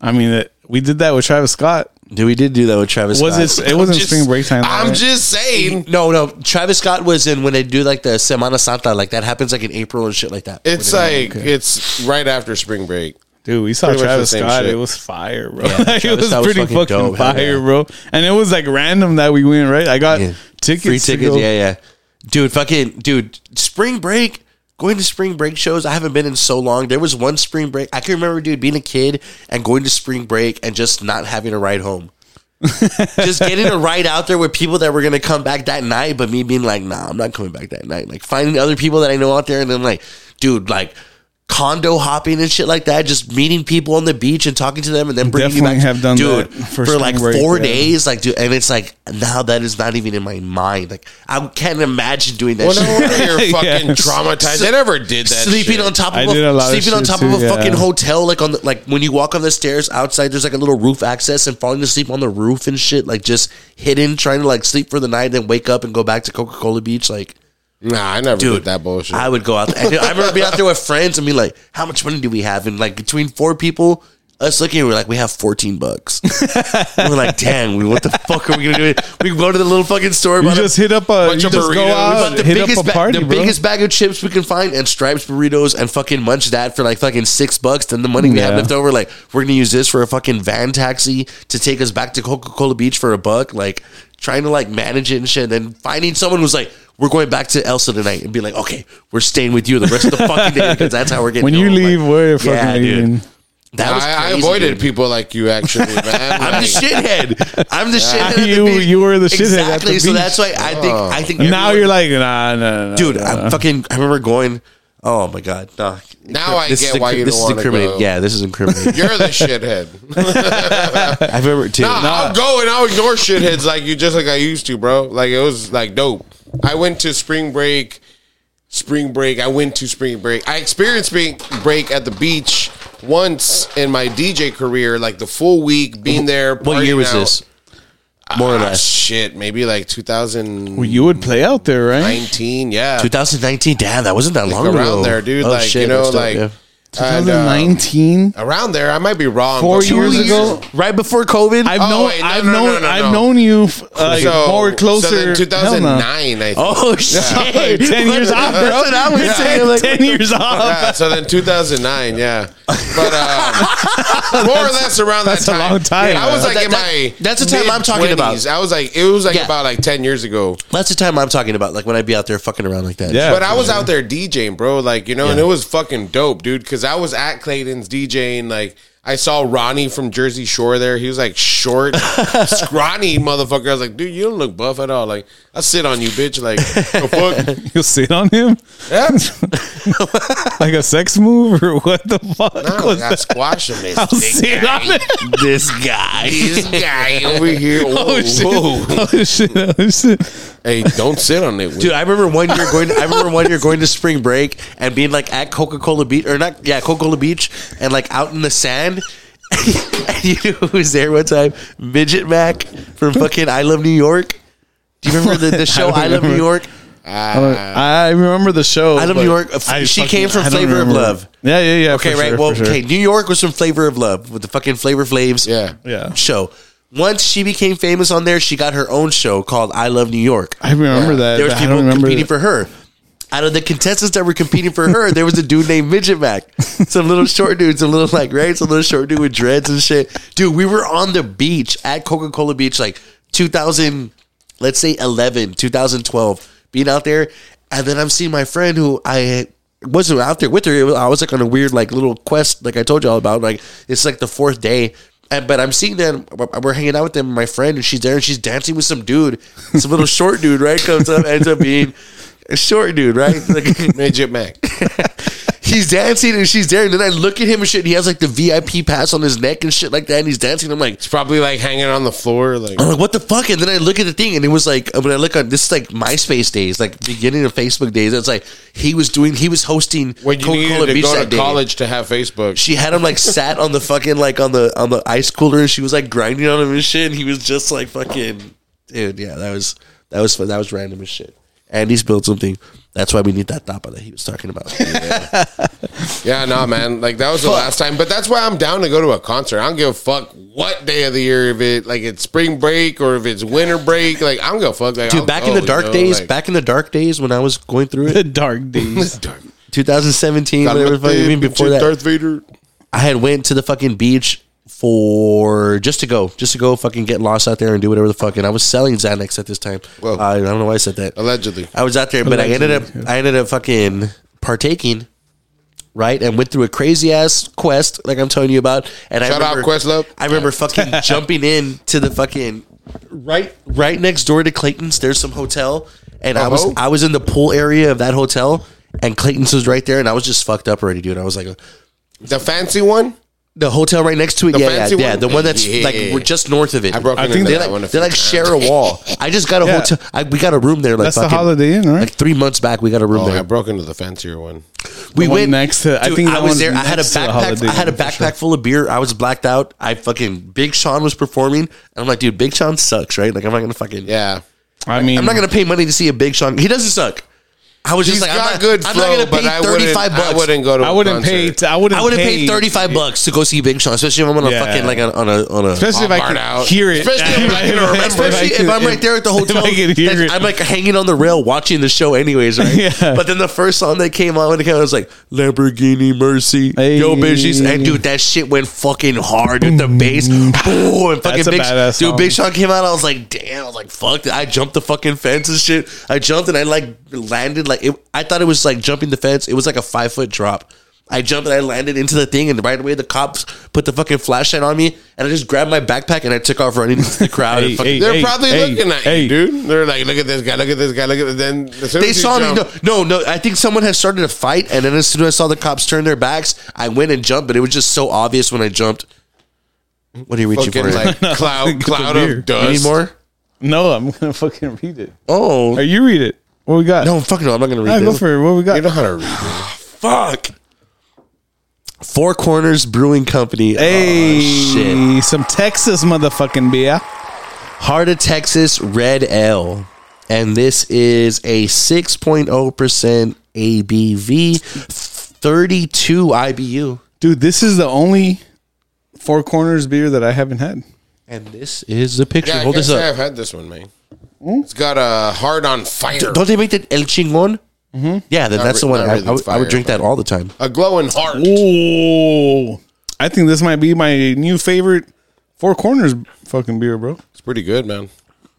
I mean, it, we did that with Travis Scott.
Dude, we did do that with Travis.
Was
Scott.
it? It wasn't
Just-
spring break time. though,
I'm
right?
just saying.
No, no. Travis Scott was in when they do like the Semana Santa, like that happens like in April and shit like that.
It's like it's right after spring break.
Dude, we saw
Pretty much the
Travis
same
Scott.
shit.
It was fire, bro.
Yeah,
Like, it
Travis
was
Scott was
pretty
fucking
fucking,
dope. Hell
fire,
yeah.
bro. And it was like random that we went, right? I got
Yeah.
tickets.
free
to
tickets.
go-
Yeah, yeah. Dude, fucking dude, spring break. Going to spring break shows, I haven't been in so long. There was one spring break I can remember, dude, being a kid and going to spring break and just not having a ride home. just getting a ride out there with people that were gonna come back that night, but me being like, nah, I'm not coming back that night. Like finding other people that I know out there, and then like, dude, like condo hopping and shit like that. Just meeting people on the beach and talking to them, and then bringing
Definitely
you back.
have done
dude
that
for,
for
like
spring break,
four
yeah.
days, like dude, and it's like now that is not even in my mind. Like I can't imagine doing that.
Well,
shit.
no wonder you're fucking
Yeah.
traumatized. I never did that.
sleeping
shit.
on top of
I
a,
did a lot of
sleeping on
shit
top
too,
of a
yeah.
fucking hotel, like on the, like when you walk on the stairs outside, there's like a little roof access, and falling asleep on the roof and shit, like just hidden, trying to like sleep for the night, then wake up and go back to Coca Cola Beach, like.
Nah, I never
Dude,
did that bullshit.
I would go out there. I remember being out there with friends and be like, how much money do we have? And like between four people, us looking, we're like, we have 14 bucks. we're like, damn, we, what the fuck are we going to do? We go to the little fucking store.
You
bought a-
just hit up a. Uh, You
Bunch of
just go
burritos.
out,
bought the,
hit up
biggest,
a
ba-
party,
the
bro.
biggest bag of chips we can find and stripes burritos and fucking munch that for like fucking six bucks. Then the money we have
Yeah.
left over, like, we're going to use this for a fucking van taxi to take us back to Coca Cola Beach for a buck. Like, trying to like manage it and shit. And then finding someone who's like, we're going back to Elsa tonight and be like, okay, we're staying with you the rest of the fucking day because that's how we're getting.
When you
home."
leave,
Like,
we're fucking
dude.
leaving.
That was
I, I
crazy,
avoided
dude.
people like you, actually, man.
I'm
Like,
the shithead. I'm the shithead. at the
You-
beach.
you were the shithead at
Exactly.
the
so
beach.
that's why I think I think
Now
everyone-
you're like, nah, nah, nah.
dude, I'm fucking. I remember going. Oh my god! No,
Now I
This
get
is
why you
this
don't
is
wanna
incriminating.
go.
Yeah, this is incriminating.
You're the shithead.
I remember dude.
Nah, I'll go and I'll ignore shitheads like you, just like I used to, bro. Like it was like dope. I went to spring break, spring break. I went to spring break. I experienced spring break at the beach once in my DJ career, like the full week being there.
what year
partying
was
out.
this? More or
Ah,
less.
shit, maybe like 2019.
Well, you would play out there, right?
Yeah,
2019. Damn, that wasn't that Eh? long
around
ago. Oh,
there, dude. like you know,
that's dope,
like
yeah.
and, uh,
2019.
Oh,
around there. I might be wrong.
Four
but
years
two
ago?
right before COVID.
I've
oh,
known,
wait, no,
I've
no, no,
known,
no, no.
I've known you f- uh, like,
so
more
So then
closer. Hell no.
2009, I think.
oh shit!
Ten years off, bro.
That's what I was saying. Like,
Ten years off.
Yeah, so then 2009, yeah. But um, more or less around
that's a
that time.
long time,
Yeah, I was
man.
like
That-
in
that-
my
that's the time I'm talking
mid-twenties. I was like, it was like
Yeah.
about like ten years ago.
That's the time I'm talking about, like when I'd be out there fucking around like that.
Yeah.
But I was out there DJing, bro. Like you know, and it was fucking dope, dude. Because I was at Clayton's DJing. Like I saw Ronnie from Jersey Shore there. He was like short, scrawny motherfucker. I was like, dude, you don't look buff at all. Like I sit on you, bitch. Like the fuck.
You'll sit on him
Yeah.
like a sex move or what the fuck?
No,
was
I
that?
squash him. This
I'll
dick
sit on
guy.
it.
This guy.
This guy over here. Whoa,
Oh shit.
whoa.
oh shit! Oh shit!
Hey, don't sit on it,
Dude, I remember one year going. I remember one year going to spring break and being like at Coca Cola Beach or not, yeah, Coca Cola Beach, and like out in the sand. and you know who was there one time? Midget Mac from fucking I Love New York. Do you remember the, the show
Hmm. don't
I, Love New
remember.
York?
Uh, I remember the show.
I Love
but
New York. She came from
I don't
Flavor of
remember.
Love.
Yeah, yeah, yeah.
Okay,
for
right.
sure,
well,
for sure.
okay. New York was from Flavor of Love with the fucking Flavor Flaves.
Yeah.
Yeah,
show. Once she became famous on there, she got her own show called I Love New York.
I remember that.
There was
but I
people
don't remember
competing for her. Out of the contestants that were competing for her, there was a dude named Midget Mac. Some little short dude, some little like right, some little short dude with dreads and shit. Dude, we were on the beach at Coca Cola Beach, like 2000, let's say 11, 2012, being out there, and then I'm seeing my friend who I wasn't out there with her. It was, I was like on a weird like little quest, like I told y'all about. Like it's like the fourth day. And, but I'm seeing them. we're- We're hanging out with them. My friend, and she's there, and she's dancing with some dude, some little short dude, right? Comes up, ends up being a short dude, right? Like,
Midget Mac.
he's dancing and she's there. And then I look at him and shit. And he has like the VIP pass on his neck and shit like that. And he's dancing. I'm like,
It's probably like hanging on the floor. Like
I'm like, what the fuck? And then I look at the thing, and it was like when I look on this is like MySpace days, like beginning of Facebook days. It's like he was doing, he was hosting
when you needed to go to
day.
college to have Facebook.
She had him like sat on the fucking like on the on the ice cooler, and she was like grinding on him and shit. And he was just like fucking dude. Yeah, that was that was fun. That was random as shit. Andy's built something. That's why we need that tapa that he was talking about.
Yeah, no, man. Like that was the last time. But that's why I'm down to go to a concert. I don't give a fuck what day of the year if it like it's spring break or if it's winter break. Like I'm gonna fuck. Like,
Dude,
I'll
back
go,
in the dark
Oh, you know,
days,
like-
back in the dark days when I was going through
the
it,
dark days.
2017,
I'm
whatever the
a
fuck you mean,
thin
before
bitch,
that,
Darth Vader.
I had went to the fucking beach for just to go, just to go fucking get lost out there and do whatever the fuck. And I was selling Xanax at this time.
Whoa.
I I don't know why I said that.
Allegedly.
I was out there, but I ended up,
Allegedly,
I ended up fucking partaking, right? And went through a crazy ass quest, like I'm telling you about. And I
Shout out
remember,
Questlove.
I remember fucking jumping in to the fucking right, right next door to Clayton's. There's some hotel, and I was,
Uh-oh.
I was in the pool area of that hotel, and Clayton's was right there, and I was just fucked up already, dude. I was like.
The fancy one.
The hotel right next to it,
The
yeah,
fancy
yeah, yeah,
one?
the one that's
Yeah.
like we're just north of it.
I broke
I
into
think
that
they
they
one. a
like,
few
they like
times.
share a wall. I just got a
Yeah.
hotel. I, we got a room there. Like
That's the
fucking-
Holiday Inn, right?
Like three months back, we got a room
Oh, I
there.
broke into the fancier one.
we
one next to- I
dude,
think
I
that
was
one's
there. I had a
next to the
backpack.
Holiday
I had a
Inn, for
backpack full of beer. I was blacked out. I fucking Big Sean was performing, and I'm like, dude, Big Sean sucks, right? Like, I'm not gonna fucking.
Yeah.
I mean,
I'm not gonna pay money to see a Big Sean. He doesn't suck. Mm. I was
He's
just like,
got
I'm not,
good
I'm
flow,
not gonna
but
pay
I
35
wouldn't.
bucks.
I wouldn't go to.
I
a
wouldn't pay.
concert.
T- I wouldn't.
I wouldn't pay 35 bucks to go see Big Sean, especially if I'm on a
Yeah.
fucking like on on a on a
Especially if I
Hard
can
out.
hear it.
Especially if,
If I- if I-
especially if,
if I
I'm
can-
right there at the
if
hotel.
I can hear
that's-
it.
I'm like hanging on the rail watching the show anyways, right?
Yeah.
But then the first song that came on when it came out was like Lamborghini Mercy.
Hey. Mm.
Yo bitches. And dude, that shit went fucking hard with the bass. Boom, and fucking
That's a
big
badass
dude,
song.
Big Sean came out. I was like, damn. I was like, fuck. I jumped the fucking fence and shit. I jumped and I like landed like it, I thought it was like jumping the fence. It was like a five foot drop. I jumped and I landed into the thing, and right away the cops put the fucking flashlight on me, and I just grabbed my backpack and I took off running into the crowd. and
Hey,
fucking,
hey,
They're probably
hey,
looking at
hey.
you, dude. They're like, look at this guy, look at this guy, look at. Then as soon
They
as you
saw me.
jump-
No, no, no. I think someone had started a fight, and then as soon as I saw the cops turn their backs, I went and jumped. But it was just so obvious when I jumped. What are you reaching for?
fucking like cloud
Get
cloud
the beer.
of dust.
you need more?
No, I'm gonna fucking read it.
Oh
Or you read it. What we got?
no! Fuck no! I'm not gonna read.
All right,
this.
go for it. What we
You
got?
know how to read.
Fuck. Four Corners Brewing Company.
Hey,
Oh, shit.
some Texas motherfucking beer.
Heart of Texas Red Ale. And this is a 6.0% ABV, 32 IBU.
Dude, this is the only Four Corners beer that I haven't had.
And this is the picture.
Yeah,
Hold
I
this
guess
up.
I've had this one, man. It's got a hard on fire,
Don't they make that El Chingon? Mm-hmm. Yeah, then that's
re-
the one.
not
I,
really
I would- I would
fire,
drink that all the time.
a glowing heart.
Oh, I think this might be my new favorite Four Corners fucking beer, bro.
It's pretty good, man.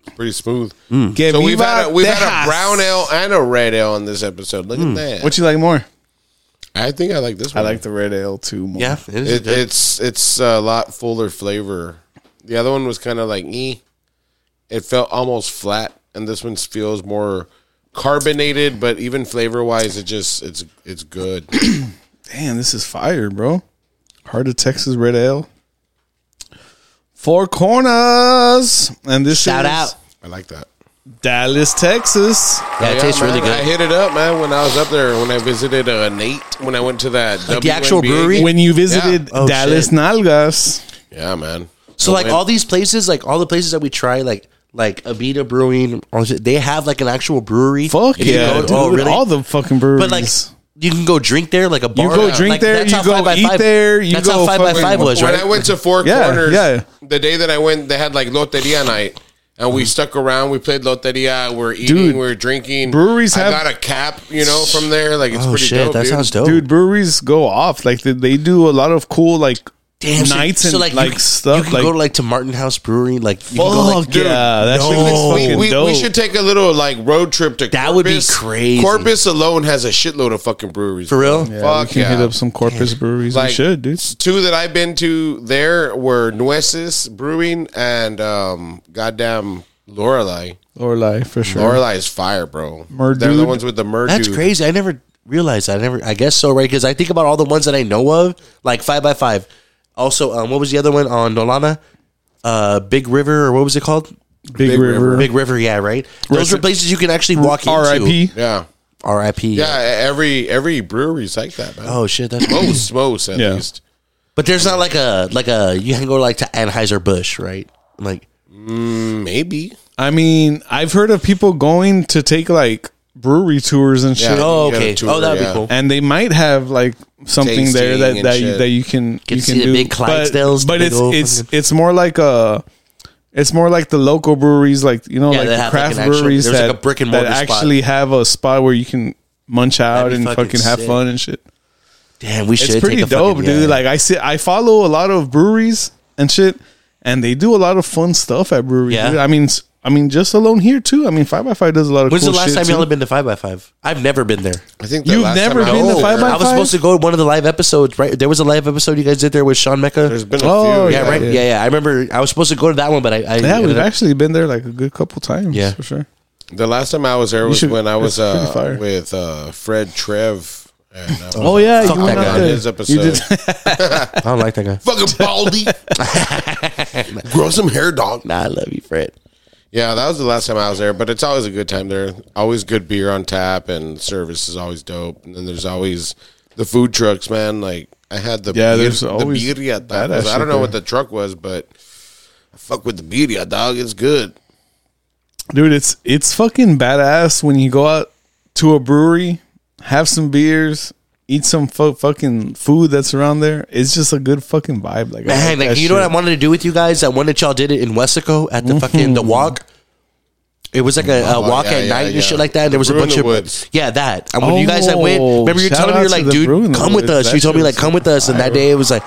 It's pretty smooth.
Mm.
Que
So we've
viva
had a, we've had
Texas.
a brown ale and a red ale on this episode. Look
Mm.
at that.
What you like more?
I think I like this one.
the red ale too more.
Yeah, it is
it,
good.
it's it's a lot fuller flavor. The other one was kind of like eh. It felt almost flat, and this one feels more carbonated. But even flavor wise, it just it's it's good.
Damn, this is fire, bro. Heart of Texas Red Ale. Four Corners. And this
Shout
is
out.
I like that.
Dallas, Texas.
Yeah, it tastes
man,
really
I
good.
hit it up, man, when I was up there when I visited uh, Nate when I went to that
Like the actual
WNBA
brewery?
game.
When you visited
Oh,
Dallas
shit.
Nalgas.
Yeah, man.
So
I
like
went-
all these places, like all the places that we try, like like Abita Brewing, all shit, they have like an actual brewery.
Fuck
If you
yeah.
go-
dude.
oh, really?
All the fucking breweries.
but like you can go drink there, like a bar.
you go drink
Like,
there,
that's how
you go
Five by
eat
Five-
there, you
that's
go
how five by
fucking-
five was,
when
right?
I went to Four
Yeah,
Corners,
yeah.
the day that I went, they had like Loteria night. And we stuck around. We played loteria. We were eating.
Dude,
we were drinking.
breweries
I
have-
got a cap, you know, from there. Like it's
oh
pretty
shit,
dope.
that
dude.
sounds dope,
dude, breweries go off. Like they, they do a lot of cool like
Damn, so-
nights
so,
and like,
you can- You
stuff.
can
like
go like to Martin House Brewery, like you can go
fuck
like
yeah, that shit looks
no.
fucking
We, we,
dope.
we should take a little like road trip to
That would be
Corpus.
crazy.
Corpus alone has a shitload of fucking breweries.
for real.
Yeah, we
Fuck
can
yeah.
hit up some Corpus breweries.
Like-
we should, dude.
Two that I've been to there were Nueces Brewing and um, goddamn Lorelei.
Lorelai for sure.
Lorelei is fire, bro. They're the
Merdude.
ones with the murder.
That's crazy. I never realized. That. I never. I guess so, right? Because I think about all the ones that I know of, like five by five. Also, um, what was the other one on Nolana? Uh, Big River, or what was it called?
Big,
Big
River.
Big River, yeah, right. Those
Rest-
are places you can actually walk into.
R.I.P.
Yeah.
R.I.P.
Yeah, every every brewery's like that, man.
Oh shit, that's
Most, most at
Yeah.
least.
But there's not like a like a you can go like to Anheuser Busch, right? Like
Maybe.
I mean, I've heard of people going to take like brewery tours and shit,
Yeah.
oh
you got a
okay,
tour,
oh that'd
yeah.
be cool.
and they might have like something there
Tasting
that
and
that you,
shit.
that you can you
see
can
the
do.
big
but
Clydesdales,
but
big
it's
old
it's
fucking-
it's more like a. It's more like the local breweries, like you know,
Yeah,
like
they
the
have, like,
craft
an actual-
breweries
there's,
that,
like, a brick and
that
mortar spot.
actually have a spot where you can munch out
be
and
fucking
fucking, have
sick.
fun and shit.
Damn, we should.
it's pretty
take a
dope,
fucking,
dude.
yeah.
Like I see, I follow a lot of breweries and shit, and they do a lot of fun stuff at breweries.
Yeah.
dude. I mean, s- I mean, just alone here too. I mean, Five by Five does a lot of.
when's
cool
the last
shit
time
too.
y'all have been to five by five? I've never been there.
I think the
You've
last
never
time I
been to
was
Five
there-
by-
I was supposed to go to one of the live episodes, right? There was a live episode you guys did there with Sean Mecca.
There's been a
Oh,
few.
yeah, right. Yeah.
yeah.
yeah, I remember. I was supposed to go to that one, but I, I
Yeah,
ended
we've
up-
actually been there like a good couple times.
Yeah.
for sure.
The last time I was there was
should-
when I was
it's pretty
uh,
fire.
with uh, Fred Trev. And, uh,
Oh yeah,
Fuck
you went
that
out
guy.
there.
His episode.
You did.
I don't like that guy.
Fucking baldy. Grow some hair, dog.
Nah, I love you, Fred.
Yeah, that was the last time I was there, but it's always a good time there. Always good beer on tap, and service is always dope. And then there's always the food trucks, man. Like I had the
Yeah, there's always
the birria, dog.
badass
I
shit
don't know what
there.
the truck was, but I fuck with the birria, dog. It's good.
dude. It's it's fucking badass when you go out to a brewery, have some beers. Eat some fu- fucking food that's around there. It's just a good fucking vibe. Like, I
Man, like,
that
you know
shit.
what I wanted to do with you guys? That one that y'all did it in Wessico at the fucking
Mm-hmm.
the walk. It was like a, a walk
yeah,
at
yeah,
night and
yeah.
shit like that. And there was a
Brew in
bunch
the
of
Woods.
yeah that. And when you guys I went,
Oh,
remember you
shout
telling me
out
you're
to
like,
the Brew in
dude,
the
come with
Woods.
us.
That
You told me
shit
like,
was
come with us. And that
fire.
day it was like,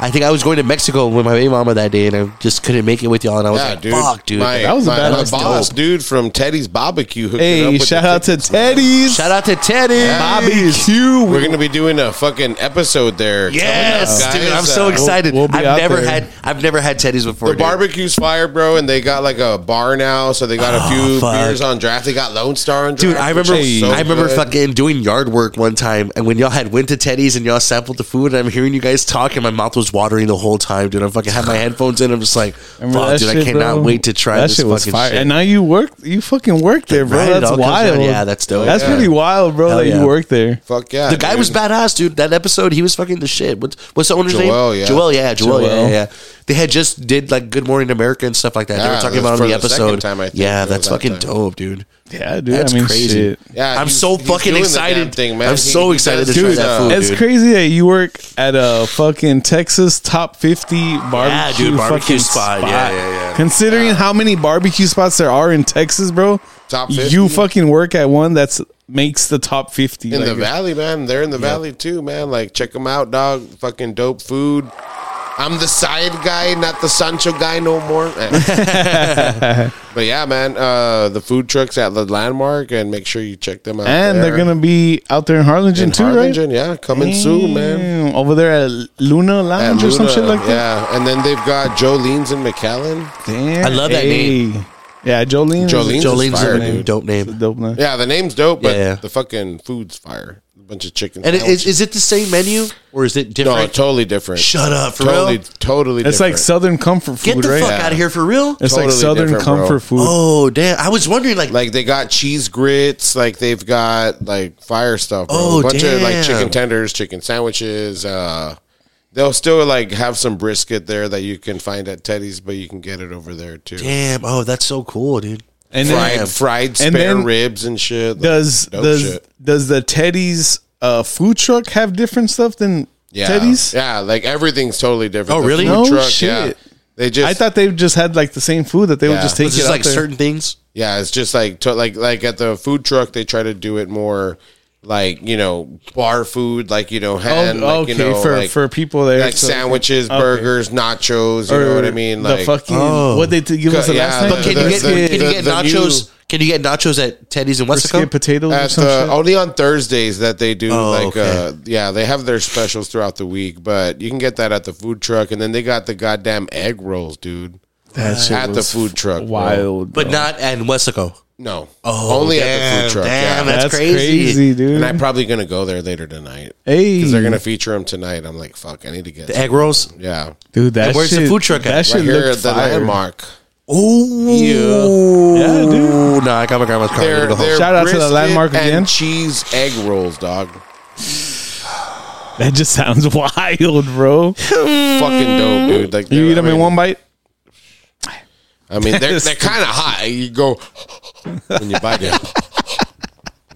I think I was going to Mexico with my baby mama that day, and I just couldn't make it with y'all. And I was
Yeah,
like,
dude.
fuck, dude.
My,
That was a
my, my
badass
boss,
dope.
dude, from Teddy's Barbecue. Hooked it up
Hey,
with
shout
the
out to
tickets.
Teddy's.
Shout out to Teddy.
Barbecue.
We're gonna be doing a fucking episode there.
Yes,
Coming up,
dude.
guys.
I'm so
Uh,
excited.
we'll be
I've
out
never
there.
had I've never had Teddy's before.
The
dude.
barbecue's fire, bro, and they got like a bar now, so they got a few
Oh, fuck.
beers on draft. They got Lone Star on draft.
Dude, I
which
remember,
is so
I remember
good.
fucking doing yard work one time, and when y'all had went to Teddy's and y'all sampled the food, and I'm hearing you guys talk, and my mouth was watering the whole time, dude. I fucking had my headphones in. I'm just like,
Remember
fuck,
that
dude, I
shit,
cannot
bro?
wait to try
that
this
shit was
fucking
fire.
shit.
And now you work, you fucking work there, bro.
Right, it
that's
all comes out.
wild.
Yeah, that's dope.
That's
Yeah.
pretty wild, bro.
Hell
that
yeah.
you work there.
Fuck yeah,
the guy was badass, dude. That episode, he was fucking the shit. What's what's the owner's
Joel,
name?
yeah.
Joel, yeah, Joel, yeah,
Joel.
yeah, yeah. They had just did like Good Morning America and stuff like that. they
Yeah,
were talking
that's
about
for
on the
the second
episode.
time, I think,
yeah,
it
that's
was that
fucking
time.
dope, dude.
Yeah, dude.
That's
I mean,
crazy.
shit.
Yeah,
I'm
he's-
so
he's
fucking
doing the damn
excited.
thing, man.
I'm so
He
excited
does
to try
his,
that
uh,
food.
It's
dude.
crazy that you work at a fucking Texas top 50 barbecue,
Yeah, dude, barbecue
fucking
spot.
spot.
Yeah, yeah, yeah.
Considering how many barbecue spots there are in Texas, bro,
Top 50?
you fucking work at one that's makes the top fifty.
in
like,
the valley, man. They're in the valley too, man. Like check them out, dog. Fucking dope food. I'm the side guy, not the Sancho guy no more. Eh. but yeah, man, uh, the food trucks at the landmark, and make sure you check them out.
and
there.
they're gonna be out there in Harlingen
in
too, right?
Harlingen, yeah, coming soon, man.
Damn, Over there at Luna
At
Lounge or some
Luna,
shit like that.
Yeah, and then they've got Jolene's in McAllen.
Damn,
I love that
name. Yeah, Jolene. is-
Jolene's,
Jolene's
is fire,
a
dude.
dude.
dope name.
Dope name.
Yeah, the name's dope, but
Yeah, yeah.
the fucking food's fire. A bunch of chicken.
And it- is,
sandwiches.
is it the same menu or is it
no,
different?
totally different.
Shut up, for
totally,
real.
totally.
It's like
different.
Southern comfort food,
Get the
right?
fuck
Yeah.
out of here for real.
It's like
Totally
Southern
different, bro.
comfort food.
Oh damn! I was wondering, like,
Like they got cheese grits, like they've got like fire stuff. Bro.
Oh,
a bunch of like
damn.
chicken tenders, chicken sandwiches. Uh, they'll still like have some brisket there that you can find at Teddy's, but you can get it over there too.
damn! Oh, that's so cool, dude.
and
Fried,
then
fried spare
And then-
ribs and shit. Like,
does
dope
does
shit.
does the Teddy's uh, food truck have different stuff than
yeah,
Teddy's?
yeah, like everything's totally different.
Oh,
The
really?
food
No
truck,
shit.
Yeah, they just
I thought they just had like the same food that they would
Yeah.
just take
It's
it
just
out
like
there.
certain things.
Yeah, it's just like to, like like at the food truck they try to do it more like you know bar food like you know
Oh,
hand like,
okay,
you know
for
like,
for people there,
like
so-
sandwiches,
okay.
burgers, nachos. You know what I mean? Like
the fucking
Oh.
what they t- give us the
Yeah,
last time.
the-
Can you
the-
get
the-
can you get
the new-
nachos? Can you get nachos at Teddy's in
Brisket
Wesco?
potatoes or
at
some
the
shit?
only on Thursdays that they do
Oh,
like
okay.
uh yeah they have their specials throughout the week, but you can get that at the food truck, and then they got the goddamn egg rolls, dude.
That shit
at the
was
food truck, bro.
wild,
but not at Wesco.
No,
Oh,
only at
damn,
the food truck.
damn,
yeah.
that's crazy.
dude.
And I'm probably gonna go there later tonight.
hey,
Because they're gonna feature him tonight. I'm like, fuck, I need to get
The egg rolls.
yeah.
dude. That
And where's the
shit-
food truck at?
That
Right
shit
Right here
looked
at the
fire.
landmark.
Ooh,
Yeah, dude.
Nah, I got my grandma's car. I'm gonna
They're,
go home.
they're
Shout out to the
brisket
landmark again.
And cheese egg rolls, dog.
That just sounds wild, bro.
Fucking dope, dude. Like
You eat them
I mean,
in one bite.
I mean, they're they're kind of hot. You go when you bite it.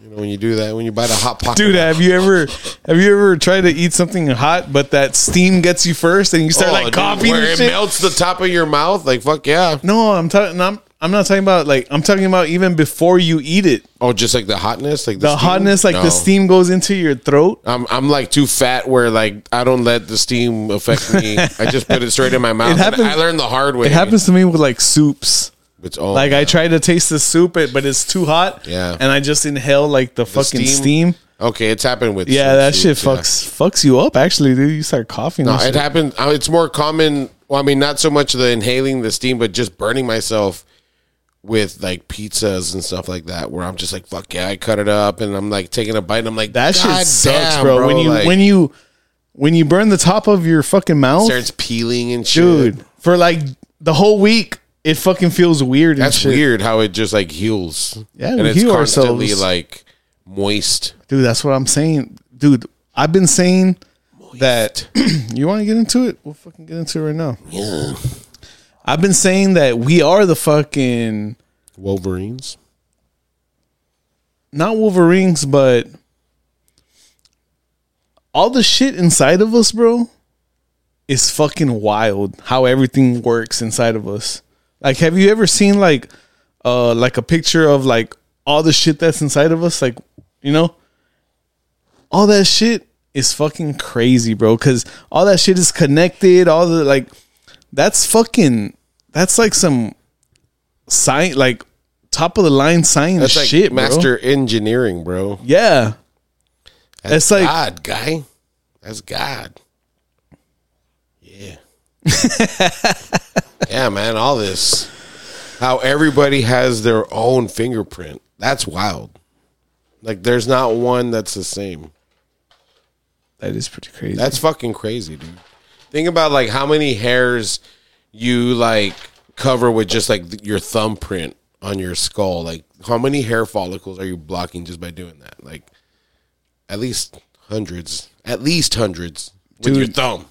you know when you do that when you bite a hot pocket.
Dude, have you ever have you ever tried to eat something hot, but that steam gets you first, and you start
Oh,
like
dude,
coughing
where
and
it
shit?
melts the top of your mouth. Like fuck yeah.
No, I'm talking. I'm I'm not talking about like I'm talking about even before you eat it,
Oh, just like the hotness, like the,
the
steam?
hotness, like
No.
the steam goes into your throat.
I'm I'm like too fat where like I don't let the steam affect me. I just put it straight in my mouth. And
happens-
I learned the hard way.
It happens to me with like soups.
It's all
Like I try to taste the soup, it, but it's too hot.
Oh, Yeah.
and I just inhale like the, fucking steam.
Okay, it's happened with
Yeah,
some
that shit
soups, yeah.
fucks fucks you up. Actually, dude, you start coughing.
No,
and
it
shit.
happened. uh, It's more common. Well, I mean, not so much the inhaling the steam, but just burning myself with like pizzas and stuff like that, where I'm just like, fuck yeah, I cut it up, and I'm like taking a bite, and I'm like,
that
"God
shit sucks,
damn,
bro. When you
Like,
when you when you burn the top of your fucking mouth,
starts peeling and shit.
dude, for like the whole week, it fucking feels weird.
that's
and shit.
weird how it just like heals.
Yeah,
and
we
it's
heal
constantly
ourselves.
like moist.
dude. That's what I'm saying, dude. I've been saying that. you want to get into it? We'll fucking get into it right now. I've been saying that we are the fucking
Wolverines.
not Wolverines, but all the shit inside of us, bro, is fucking wild. How everything works inside of us. Like, have you ever seen like, uh, like a picture of like all the shit that's inside of us? Like, you know, all that shit is fucking crazy, bro. Because all that shit is connected. All the like, that's fucking. That's like some science, like top of the line science
That's like
shit, bro.
master engineering, bro.
Yeah.
That's
It's like-
God, guy. That's God. Yeah. yeah, man. All this, how everybody has their own fingerprint. That's wild. Like, there's not one that's the same.
That is pretty crazy.
That's fucking crazy, dude. Think about like how many hairs you like cover with just like th- your thumbprint on your skull. Like, how many hair follicles are you blocking just by doing that? Like, at least hundreds. At least hundreds with your
Dude.
thumb.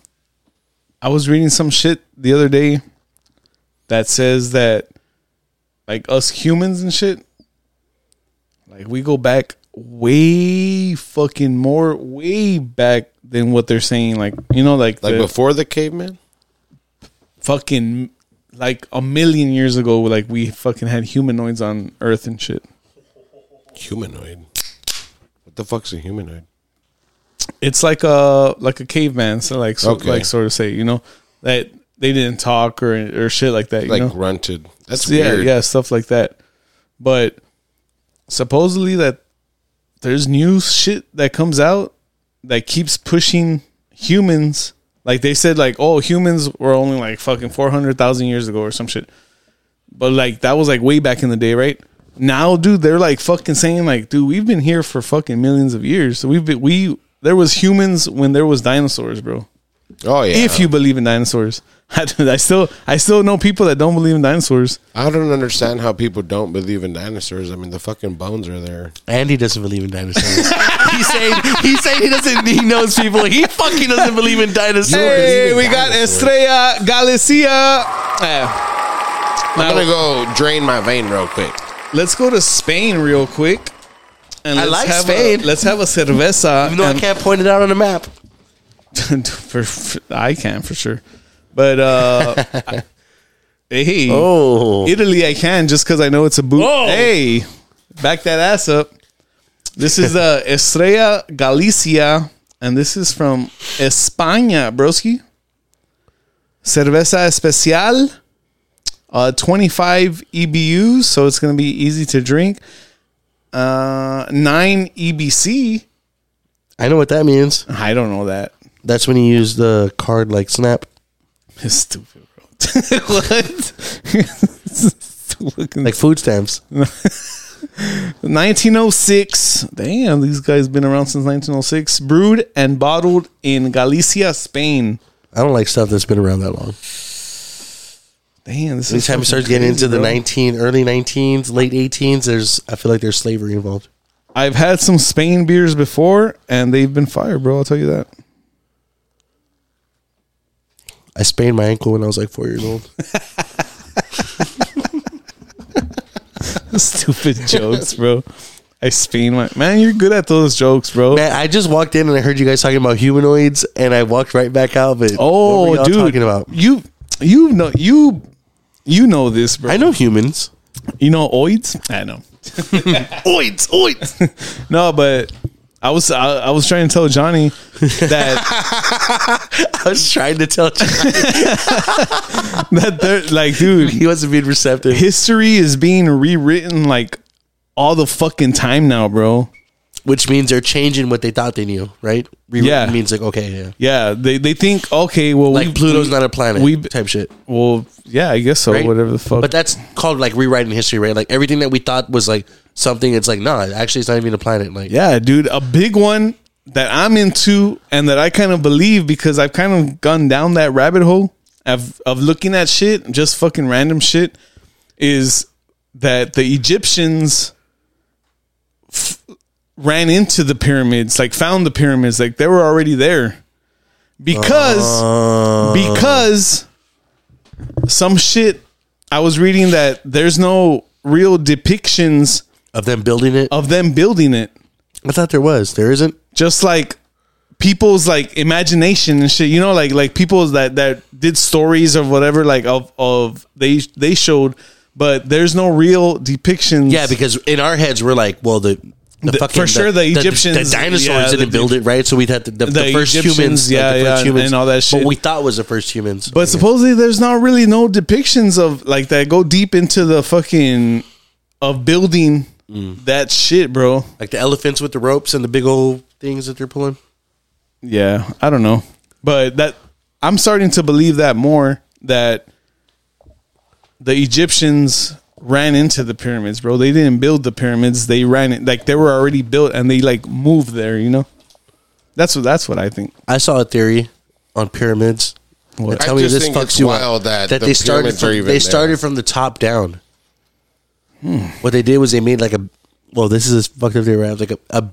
I was reading some shit the other day that says that like us humans and shit like we go back way fucking more way back than what they're saying like you know like,
Like
the
before the caveman?
fucking like a million years ago like we fucking had humanoids on earth and shit
Humanoid. the fuck's a humanoid?
It's like a like a caveman, so like so,
Okay.
like sort of say, you know, that they didn't talk or or shit like that. You
Like
know?
grunted. That's
yeah,
weird.
yeah, stuff like that. But supposedly that there's new shit that comes out that keeps pushing humans. Like they said, like oh, humans were only like fucking four hundred thousand years ago or some shit. But like that was like way back in the day, right? Now, dude, they're like fucking saying like, dude, we've been here for fucking millions of years. So we've been we there was humans when there was dinosaurs, bro
Oh yeah.
if you believe in dinosaurs. I, I still I still know people that don't believe in dinosaurs.
I don't understand how people don't believe in dinosaurs. I mean, the fucking bones are there.
Andy doesn't believe in dinosaurs. he saying he saying he doesn't. He knows people. He fucking doesn't believe in dinosaurs.
Hey, we got Estrella Galicia. Eh.
I'm
Now,
gonna go drain my vein real quick.
let's go to Spain real quick. And
I like
have
Spain.
A, let's have a cerveza.
Even though I
and-
can't point it out on a map.
for, for- I can for sure. But uh, I- hey,
Oh.
Italy, I can just because I know it's a boot.
Whoa.
Hey, back that ass up. This is uh, Estrella Galicia, and this is from España, broski. Cerveza especial, uh, 25 EBUs, so it's going to be easy to drink. Uh, 9 EBC.
I know what that means.
I don't know that.
That's when you use the card like snap,
It's stupid, bro. what? Looking-
like food stamps.
1906. Damn, these guys been around since 1906. Brewed and bottled in Galicia, Spain.
I don't like stuff that's been around that long.
Damn, this is
Anytime it
fucking
starts getting
crazy,
into the
bro.
nineteen, early nineteens, late eighteens, there's I feel like there's slavery involved.
I've had some Spain beers before, and they've been fire, bro. I'll tell you that.
I sprained my ankle when I was like four years old.
Stupid jokes, bro. I Spain, my man. You're good at those jokes, bro.
Man, I just walked in and I heard you guys talking about humanoids, and I walked right back out. But what
oh,
were y'all
dude,
talking about?
you, you know, you, you know this, bro.
I know humans.
You know oids? I know.
Oids, oids.
No, but I was I, I was trying to tell Johnny that
I was trying to tell you.
that they're like, dude,
He wasn't being receptive.
history is being rewritten like all the fucking time now, bro.
Which means they're changing what they thought they knew, right? Rewritten
Yeah.
means like, okay, yeah.
Yeah, they they think okay, well,
Like
we-
Pluto's
we-
not a planet
We
type shit.
well, yeah, I guess so.
Right?
Whatever the fuck.
But that's called like rewriting history, right? Like everything that we thought was like something, it's like, nah, actually it's not even a planet. Like
yeah, dude, a big one that I'm into and that I kind of believe because I've kind of gone down that rabbit hole of of looking at shit, just fucking random shit, is that the Egyptians f- ran into the pyramids, like found the pyramids, like they were already there because because some shit I was reading that there's no real depictions
of them building it.
of them building it
I thought there was. There isn't.
just like people's like imagination and shit you know like like people that that did stories or whatever like of of they they showed but there's no real depictions
Yeah, because in our heads we're like, well, the the,
The-
fucking
for sure the Egyptians,
the, dinosaurs
yeah,
didn't
the-
build it, right? So we had the, the, the
the
first
Egyptians,
humans, like,
yeah,
the first
yeah, and- and all that shit.
What we thought was the first humans,
but supposedly there's not really no depictions of like that go deep into the fucking of building
Mm.
that shit bro
like the elephants with the ropes and the big old things that they're pulling.
yeah i don't know but that i'm starting to believe that more that the egyptians ran into the pyramids bro they didn't build the pyramids they ran it like they were already built and they like moved there you know that's what that's what i think
I saw a theory on pyramids. What? Tell
I
me
just
this
think
fucks
it's
you
wild
up.
that the
they started
pyramids are
from,
even
they
there.
started from the top down. What they did was they made like a well, this is as fucked up theory. right? Like a, a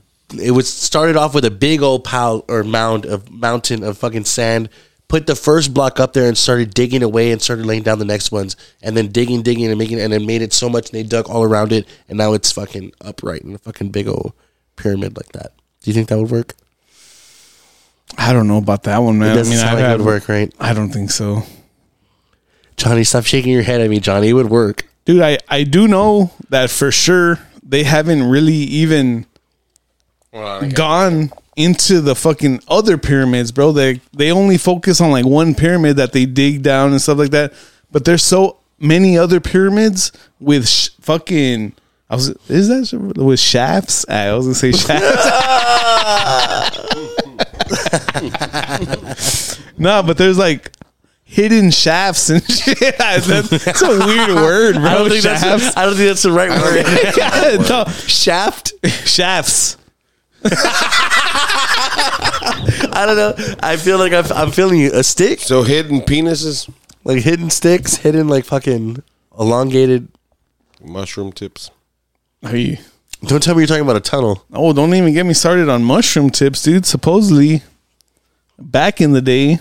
it was started off with a big old pile or mound of mountain of fucking sand. Put the first block up there and started digging away and started laying down the next ones and then digging, digging and making and then made it so much and they dug all around it and now it's fucking upright and a fucking big old pyramid like that. Do you think that would work?
i don't know about that one man
It doesn't
i mean
sound
I've
like it
had
would work, right?
i don't think so
Johnny, stop shaking your head at me, Johnny. It would work.
dude i i do know that for sure they haven't really even
Well, I got-
gone into the fucking other pyramids, bro. They they only focus on like one pyramid that they dig down and stuff like that. But there's so many other pyramids with sh- fucking. I was is that sh- with shafts? Ah, I was gonna say shafts. no, but there's like hidden shafts and shit. That's, that's a weird word, bro.
I don't, think that's
shafts.
the, I don't think that's the right word.
No,
Shaft?
shafts.
I don't know. I feel like I've, I'm feeling you. A stick?
so hidden penises,
Like hidden sticks, hidden like fucking elongated.
mushroom tips.
Are you?
Don't tell me you're talking about a tunnel.
Oh, don't even get me started on mushroom tips, dude. Supposedly, back in the day,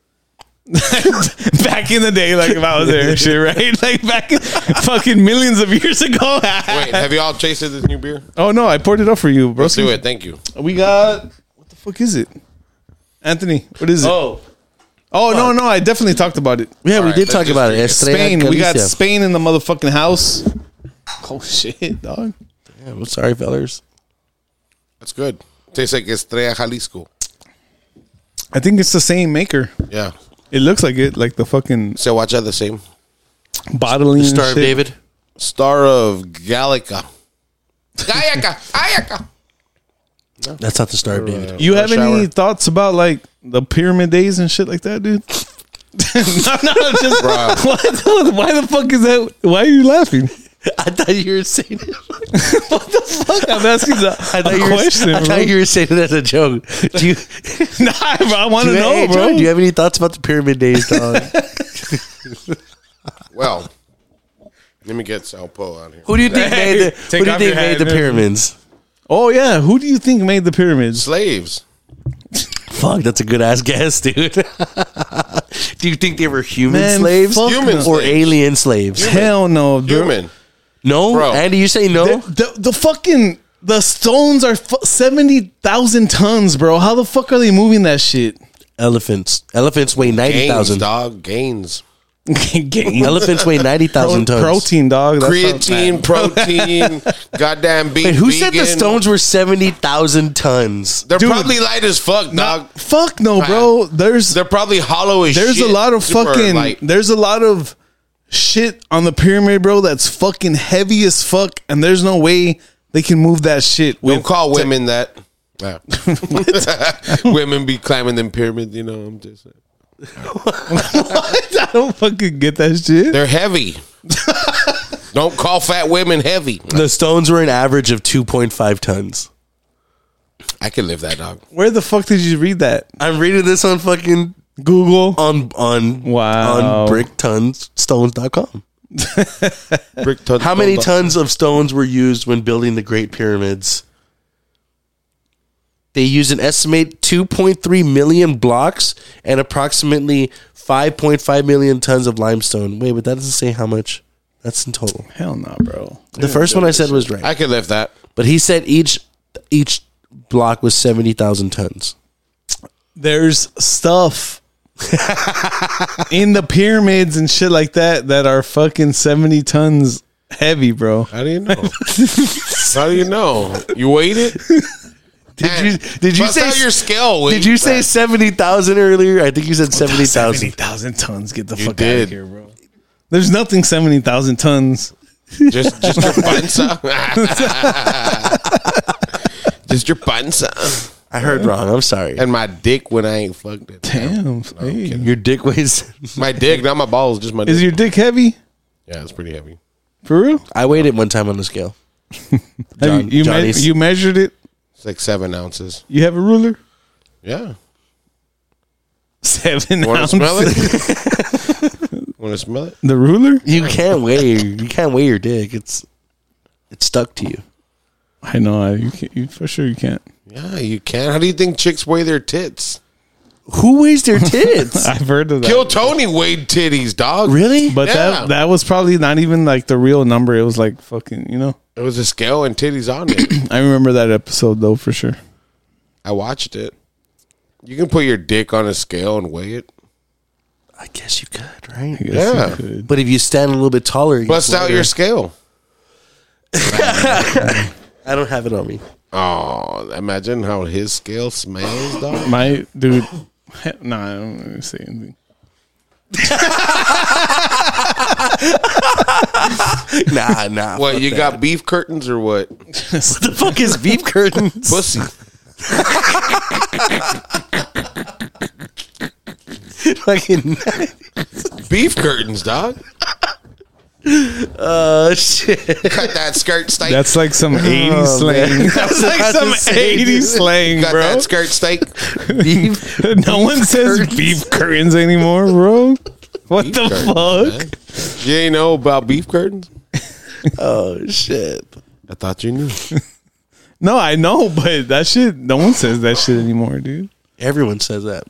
back in the day, like if I was there, and shit, right? Like back fucking millions of years ago.
Wait, have y'all tasted this new beer?
oh no, I poured it up for you, bro.
Let's do it. Thank you.
We got what the fuck is it, Anthony? What is it? Oh, no, no, I definitely talked about it.
Yeah, we
right,
did
let's
talk
just
about
do
it.
it.
Estrella
Spain, we got
Galicia.
Spain in the motherfucking house. Oh shit, dog.
Yeah, well, sorry, fellers.
That's good. Tastes like Estrella Jalisco.
I think it's the same maker.
Yeah.
It looks like it, like the fucking
So watch out the same.
bottling.
Star
Mm, shit.
of David.
Star of Gallica. Gallica. Gallica.
That's not the Star of David.
You have
Rush
any
hour.
thoughts about like the pyramid days and shit like that, dude? no, no, just why, the, why the fuck is that? Why are you laughing?
I thought you were saying it.
What the fuck? I'm asking the,
I
a
thought, you were,
question,
I
bro.
thought you were saying it as a joke. Do you, do
nah, bro, I want
you,
to know,
hey,
bro.
John, do you have any thoughts about the pyramid days, dog?
Well, let me get Salpo out here.
who do you think
Hey,
made the,
take
who do you
off
think
your
made
hat.
the pyramids?
oh yeah, who do you think made the pyramids?
Slaves.
Fuck, that's a good ass guess, dude. do you think they were human
Man,
slaves
fuck
Human
or
slaves.
alien slaves?
Hell no, dude.
Human.
No,
Bro.
Andy, you say no.
The, the, the fucking the stones are fu- seventy thousand tons, bro. How the fuck are they moving that shit?
Elephants. Elephants weigh ninety
Gains,
thousand.
dog. Gains.
Elephants weigh ninety thousand tons.
Protein, dog. That's how-
Creatine, protein, goddamn beef.
Wait, who said the
vegan.
stones were seventy thousand tons?
They're
Dude.
probably light as fuck, dog.
Fuck no, bro. There's
They're probably hollow as
there's
shit.
a lot of
Super
fucking
light.
there's a lot of shit on the pyramid bro that's fucking heavy as fuck and there's no way they can move that shit with
Don't call women that. women be climbing them pyramids, you know. I'm just saying.
i don't fucking get that shit
They're heavy. Don't call fat women heavy.
The stones were an average of two point five tons.
I can live that dog.
where the fuck did you read that
I'm reading this on fucking
google
on on
Wow.
on bricktonsstones.com.
Brick tons
How many tons of stones were used when building the Great Pyramids? They used an estimate 2.3 million blocks and approximately 5.5 million tons of limestone. Wait, but that doesn't say how much. That's in total.
hell no bro
The first one I said was right,
I can live that.
but he said each each block was 70,000 tons.
there's stuff in the pyramids and shit like that that are fucking 70 tons heavy bro
How do you know? How do you know? You weighed it?
Did you did you
Bust
say
out your scale? Weight.
Did you say 70,000 earlier? I think you
Oh,
said 70,000.
70,000 tons get the fuck out
did.
of here bro there's nothing 70,000 tons
just just your panza? just your panza
I heard wrong. I'm sorry.
and my dick when I ain't fucked it.
damn hey.
Your dick weighs.
My dick, not my balls, just my.
Is
dick.
your dick heavy?
yeah, it's pretty heavy.
For real?
I weighed it one time on the scale.
Have
John-
you you, me-
Johnny's.
you measured it?
It's like seven ounces.
You have a ruler?
Yeah.
Seven
Want to
ounces.
smell it? Want to smell it?
The ruler?
You can't weigh. You can't weigh your dick. It's it's stuck to you.
I know. I- You can't, you, for sure you can't.
Yeah, you can. How do you think chicks weigh their tits?
Who weighs their tits?
I've heard of that.
Kill Tony weighed titties, dog.
really?
but
Yeah.
that that was probably not even like the real number. It was like fucking, you know.
It was a scale and titties on it.
I remember that episode though for sure.
I watched it. You can put your dick on a scale and weigh it.
I guess you could, right?
Yes, you
Yeah.
could.
But if you stand a little bit taller, you
Bust
can
out
weigh
your
it.
scale.
I don't have it on me.
Oh, imagine how his scale smells, dog.
My dude, nah, I don't really say anything.
Nah, nah.
What you got? Beef curtains or what?
What the fuck is beef curtains?
Pussy.
Fucking
beef curtains, dog.
oh shit.
Cut that skirt, steak.
That's like some 80s
Oh,
slang.
man.
That's
I was
like
about
some
to say,
80s
dude.
slang,
Cut
bro.
that skirt, steak.
Beef.
no one says
curtains.
beef curtains anymore, bro. What the fuck?
You ain't know about beef curtains?
Oh shit.
I thought you knew.
No, I know, but that shit, no one says that shit anymore, dude.
Everyone says that.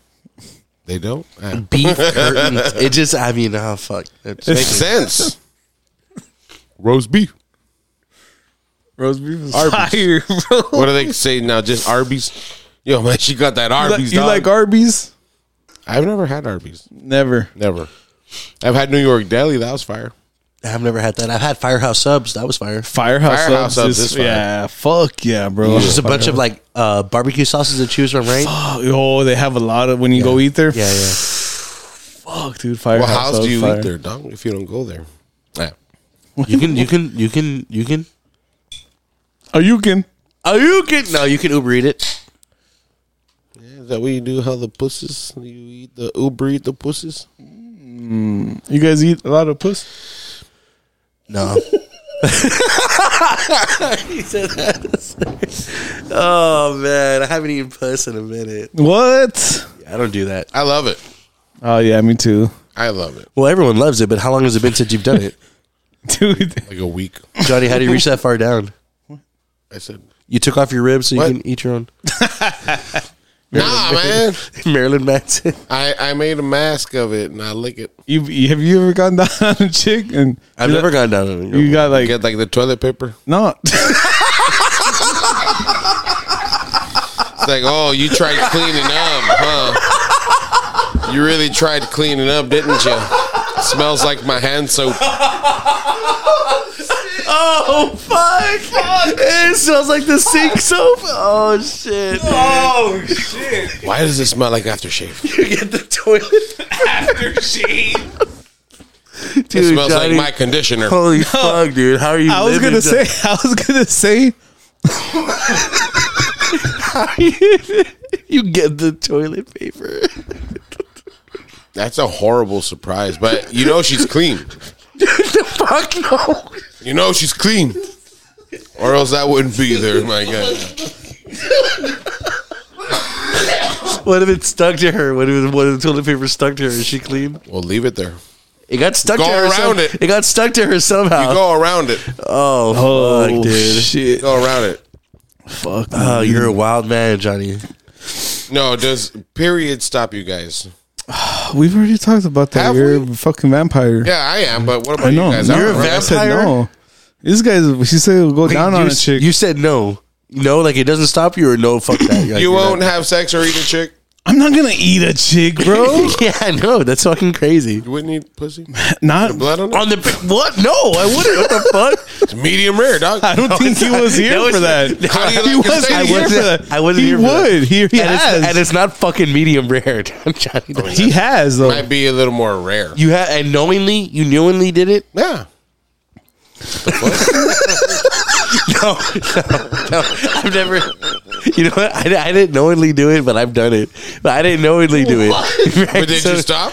They don't. Ah.
Beef curtains. It just I mean, oh fuck. It's
Makes sense. Roast beef.
Roast beef is
Arby's.
fire, bro.
What do they say now? Just Arby's. Yo, man, she got that
Like-
Arby's.
you
dog.
like Arby's?
I've never had Arby's.
Never.
Never. I've had New York Deli. That was fire.
I've never had that. I've had firehouse subs. That was fire.
Firehouse,
Firehouse
subs
subs
is,
is fire.
yeah, fuck yeah, bro.
Just a bunch of like uh, barbecue sauces to choose from, right?
oh, they have a lot of when you go eat there.
Yeah, yeah.
fuck, dude. Firehouse.
Well, how
subs
do you
fire.
eat there, dog? If you don't go there, Ah.
You can, you can, you can, you can.
Oh, you can.
Oh, you can. No, you can Uber Eat it.
is that what you do? How the pussies? You eat the Uber eat the pussies?
You guys eat a lot of puss.
No. he said that. oh man, I haven't eaten puss in a minute.
What?
I don't do that.
I love it.
Oh yeah, me too,
I love it.
Well, everyone loves it, but how long has it been since you've done it,
dude.
Like a week.
Johnny? How do you reach that far down?
I said,
You took off your ribs so
What?
you can eat your own.
Nah, man.
Marilyn Manson.
I, I made a mask of it and I lick it.
You have you ever gone down on a chick and
I've
you
never gone down on
got,
it.
you got like
Get like the toilet paper.
no?
It's like, oh, you tried cleaning up, huh? You really tried cleaning up, didn't you? smells like my hand soap.
Oh fuck! It smells like the sink soap. Oh shit!
oh shit!
Why does it smell like aftershave?
You get the toilet. Dude,
It smells
Johnny-
like my conditioner.
Holy fuck, dude! How are you?
I was
living,
gonna
Johnny?
say. I was gonna say.
You get the toilet paper.
That's a horrible surprise, but you know she's clean.
Fuck no.
You know she's clean. Or else I wouldn't be there, my God.
What if it stuck to her? What if what if the toilet paper stuck to her? Is she clean?
Well, leave it there.
It got stuck
Go
to her. some-
around it.
It got stuck to her somehow.
You go around it.
oh, fuck, dude.
shit!
Go around it.
Fuck.
Oh, you're a wild man, Johnny.
No, does period stop you guys?
We've already talked about that.
Have
You're a fucking vampire.
Yeah, I am, but what about
I know.
you guys?
No,
I'm
You're a
all right.
I said
vampire?
no. This guy's. She said he'll go down
you,
on a
s-
chick.
You said no. No, like it doesn't stop you, or no, fuck that. You're like,
You
you're
won't have sex or eat a chick?
I'm not gonna eat a chick, bro.
not- Yeah, I know. That's fucking crazy.
You wouldn't eat pussy?
not.
Blood on it?
On the what? No, I wouldn't. What the fuck?
It's medium rare, dog.
I don't think he was here for that.
How do you
He
like your
was
steak?
not
I
here for
wasn't-
that.
I wasn't
He
here for that.
would. He, he
and,
has.
it's, and it's not fucking medium rare, Johnny.
he has though.
Might be a little more rare.
You had and knowingly, you knowingly did it.
Yeah.
No, no, no. I've never. You know what? I, I didn't knowingly do it, but I've done it. But I didn't knowingly do it. Right?
But did
So-
you stop?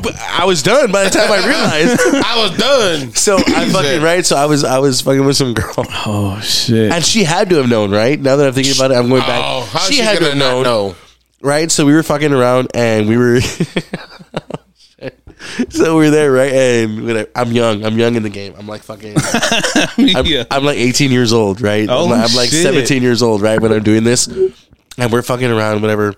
but I was done by the time I realized.
I was done.
So I fucking right. So I was I was fucking with some girl,
oh shit.
and she had to have known, right? Now that I'm thinking about it, I'm going back.
Oh, how's
she,
she,
had to
gonna
have
not
known,
know?
right? So we were fucking around, and we were. So we we're there, right? And whatever. I'm young. I'm young in the game. I'm like fucking. I'm,
Yeah.
I'm like 18 years old, right?
Oh,
I'm, like, I'm like
shit.
17 years old, right? When I'm doing this, and we're fucking around, whatever.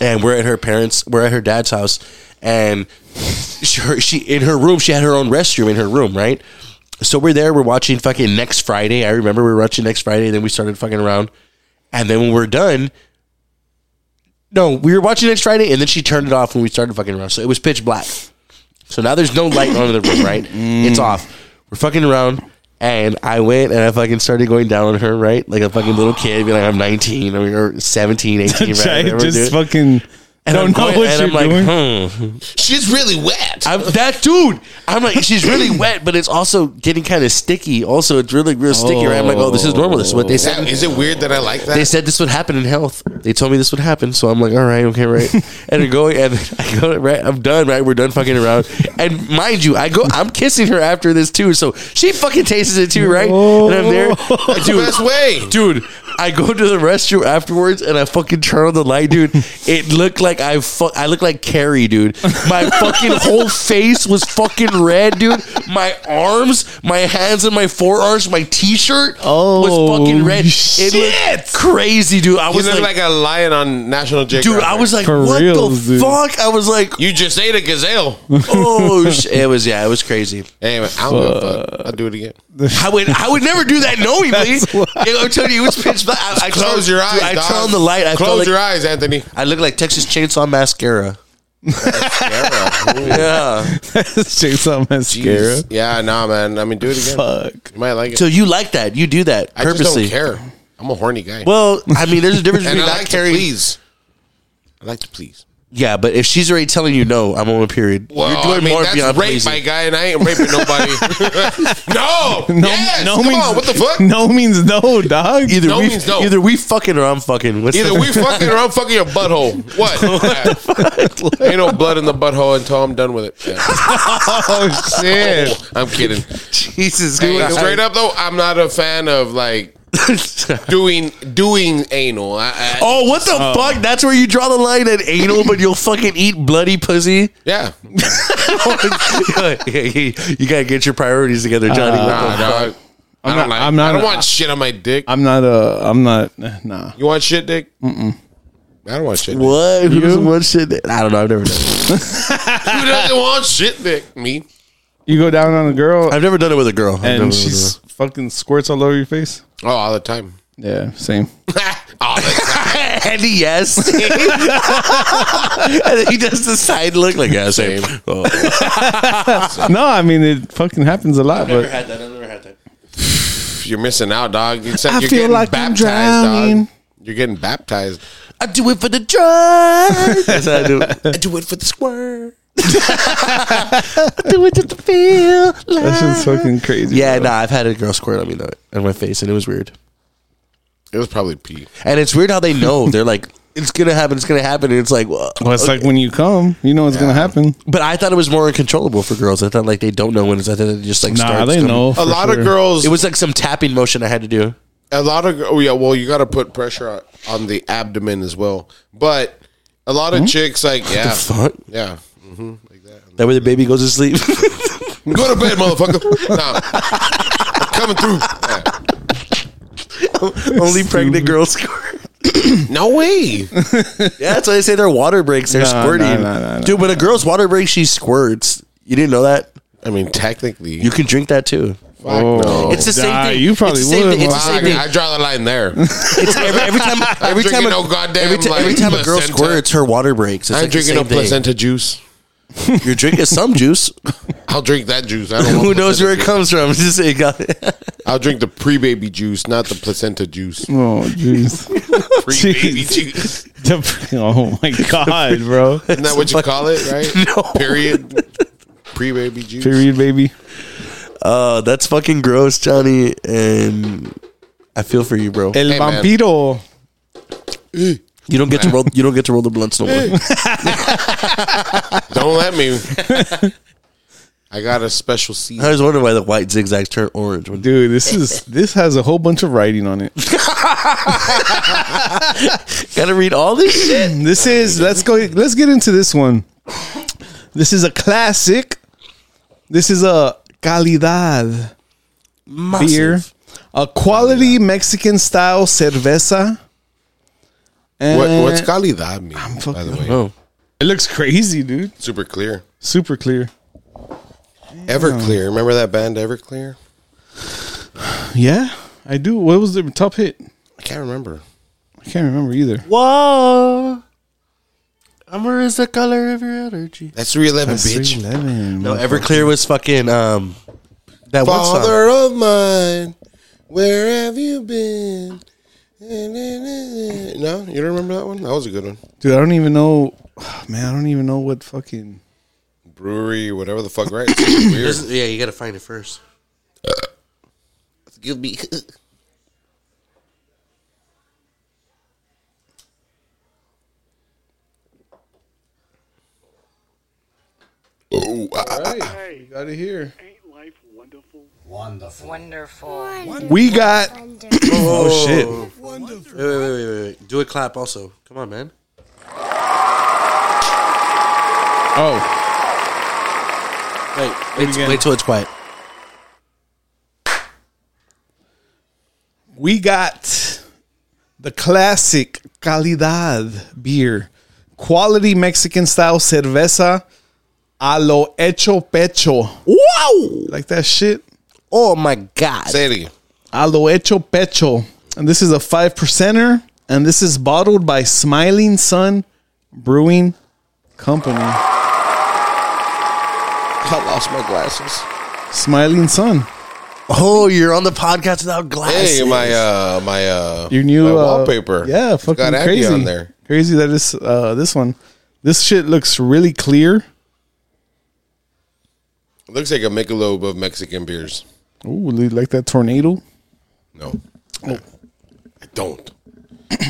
And we're at her parents, we're at her dad's house, and she, her, she in her room, she had her own restroom in her room, right? So we're there, we're watching fucking next Friday. I remember we were watching next Friday, and then we started fucking around, and then when we're done. No, we were watching next Friday, and then she turned it off when we started fucking around. So it was
Mm.
pitch black. So now there's no light on in the room, right? It's off. We're fucking around, And I went and I fucking started going down on her, right? Like a fucking little kid, be like, I'm 19 or 17, 18, right?
I
Whatever, dude.
just fucking
And
don't
I'm
know
going-
what
and
you're
I'm like, "Hmm."
doing.
She's really wet.
I'm that dude. I'm like, she's really wet, but it's also getting kind of sticky. Also, it's really real sticky. Right? I'm like, oh, this is normal. This is what they
Is
said.
that- is it weird that I like that?
They said this would happen in health. They told me this would happen, so I'm like, all right, okay, right. and I'm going, and I go, right, I'm done, right. We're done fucking around. And mind you, I go, I'm kissing her after this too, so she fucking tastes it too, right? And I'm there,
That's the best way.
dude. I go to the restroom afterwards and I fucking turn on the light, dude. It looked like I fuck. I looked like Carrie, dude. My fucking whole face was fucking red, dude. My arms, my hands, and my forearms, my t-shirt was fucking red. It looked crazy, dude. I
Oh, You
was
look
like,
like, a lion on National Geographic.
dude. I was like,
For
what
reals,
the
dude.
fuck? I was like,
You just ate a gazelle.
oh, sh-. it was yeah, it was crazy.
anyway, I don't give a fuck. I'll do it again.
I would I would never do that knowingly.
That's why.
I'm telling you, it was pitch black. I, I
Close
turned-
your eyes.
dude, I
dog.
turned on the light. I felt
Close
like
your eyes, Anthony.
I look like Texas Chainsaw Mascara. yeah.
Chainsaw mascara.
Jeez. Yeah, nah, man. I mean, do it again.
Fuck.
You might like it.
So you like that? You do that
I just
purposely?
don't care. I'm a horny guy.
Well, I mean, there's a difference
and
between
I
not
like
caring.
to please. I like to please.
Yeah, but if she's already telling you no, I'm on a period.
Well,
You're doing
I mean,
more
that's
beyond
rape,
pleasing.
my guy, and I ain't raping nobody. no,
No,
yes,
no
come
means
on, what the fuck?
No means no, dog.
Either
No
we,
means no.
either we fucking or I'm fucking. What's
Either
the-
we fucking or I'm fucking your butthole. What? Yeah. Ain't no blood in the butthole until I'm done with it. Yeah.
oh shit.
I'm kidding.
Jesus,
Hey,
dude,
straight up though, I'm not a fan of like doing doing anal. I, I,
Oh, what the fuck? That's where you draw the line at anal, but you'll fucking eat bloody pussy.
yeah,
Oh,
you gotta get your priorities together, Johnny.
Uh,
nah, dog. I
I'm
don't
not-
like.
I'm not-
I don't want shit on my dick.
I'm not a. I'm not. Nah.
you want shit, dick? Mm-mm. I don't want shit. Dick.
what? Who doesn't want shit? I don't know. I've never done. It.
Who doesn't want shit, dick? Me.
You go down on a girl
I've never done it with a girl. I've never done
and
it with a
she's fucking squirts all over your face.
Oh, all the time.
Yeah, same.
all the time.
and he yes. and then he does the side look like yeah, same. Oh.
No, I mean it fucking happens a lot, but
had that. I never had that.
You're missing out, dog. You said
I
you're
feel
getting
like I'm
baptized,
drowning.
dog. You're getting baptized.
I do it for the drugs. That's how I do it. I do it for the squirt. I do it just to feel.
that
Like.
shit's fucking crazy.
Yeah, nah, I've had a girl squirt on me though, on my face, and it was weird.
It was probably pee.
And it's weird how they know. They're like, it's gonna happen. It's gonna happen. And it's like, well,
Well, it's like when you come, you know what's gonna happen.
but I thought it was more uncontrollable for girls. I thought like they don't know when it's. I thought they just like
Nah,
starts
they
coming.
know.
A
for
lot
sure.
of girls.
It was like some tapping motion I had to do.
a lot of oh yeah well you got to put pressure on, on the abdomen as well but a lot
Hmm?
of chicks like yeah
Fuck.
yeah
That way the baby goes to sleep.
go to bed motherfucker nah. I'm coming through Yeah.
Only pregnant girls squirt.
no way
Yeah, that's why they say their water breaks. They're
Nah,
squirting.
nah, nah, nah, nah.
Dude, when a girl's water breaks, she squirts. You didn't know that?
I mean technically
You can drink that too.
fuck no.
It's the same
Nah,
thing.
you
It's the
probably
same
would,
thing- It's the
huh?
same
I,
thing.
I draw the line there
It's every, every time. Every time.
drinking
A,
no goddamn,
every, ti-
like,
every time a girl
placenta.
squirts, her water breaks. It's
I'm
like the
drinking
same
a placenta juice
Thing. You're drinking some juice.
I'll drink that juice I don't
Who
want
knows
placenta
where it
juice.
comes from? Just say, God.
I'll drink the pre-baby juice not the placenta juice
Oh jeez.
pre-baby
Jeez.
juice
The- oh my god, bro.
isn't that what you call it right
No.
period pre-baby juice
Period, baby.
Uh, that's fucking gross, Johnny. And I feel for you, bro.
El
Hey, man.
vampiro.
You don't get to roll. You don't get to roll the blunts no more.
Don't let me. I got a special seat.
I was wondering why the white zigzags turn orange. When,
Dude, this is this has a whole bunch of writing on it.
gotta read all this shit.
This is let's go let's get into this one. This is a classic. This is a calidad beer. A quality Mexican style cerveza. And
What, what's calidad mean? by the way,
Oh,
it looks crazy, dude.
super clear.
Super clear.
Everclear. Remember that band Everclear?
Yeah, I do. What was the top hit?
I can't remember.
I can't remember either.
whoa! Amber is the color of your energy.
That's 311,
That's
bitch.
311.
No, Everclear was fucking um, That one song.
Father of mine, where have you been? No, you don't remember that one? That was a good one.
dude. I don't even know, man. I don't even know what fucking.
Brewery, whatever the fuck, right? It's weird.
Doesn't- Yeah, you gotta find it first.
Give me. Oh, ah, ah, ah.
Hey, you got it here.
Ain't life wonderful?
Wonderful.
We got. Oh, shit!
Wait, wait, wait, wait, wait, wait. Do a clap also. Come on, man.
Oh,
Wait, wait,
again.
wait till it's quiet.
we got the classic calidad beer, quality Mexican style cerveza, a lo hecho pecho.
Wow!
Like that shit.
Oh my god.
Say it again.
A lo hecho pecho. And this is a five percenter. And this is bottled by Smiling Sun Brewing Company.
I lost my glasses.
Smiling Sun.
Oh, you're on the podcast without glasses.
Hey, my uh, my uh,
Your new
my
uh,
wallpaper.
Yeah, fucking
got Andy
crazy.
on there.
Crazy that is uh, this one. This shit looks really clear.
Looks like a Michelob of Mexican beers.
Ooh, li- like that tornado.
No, I don't.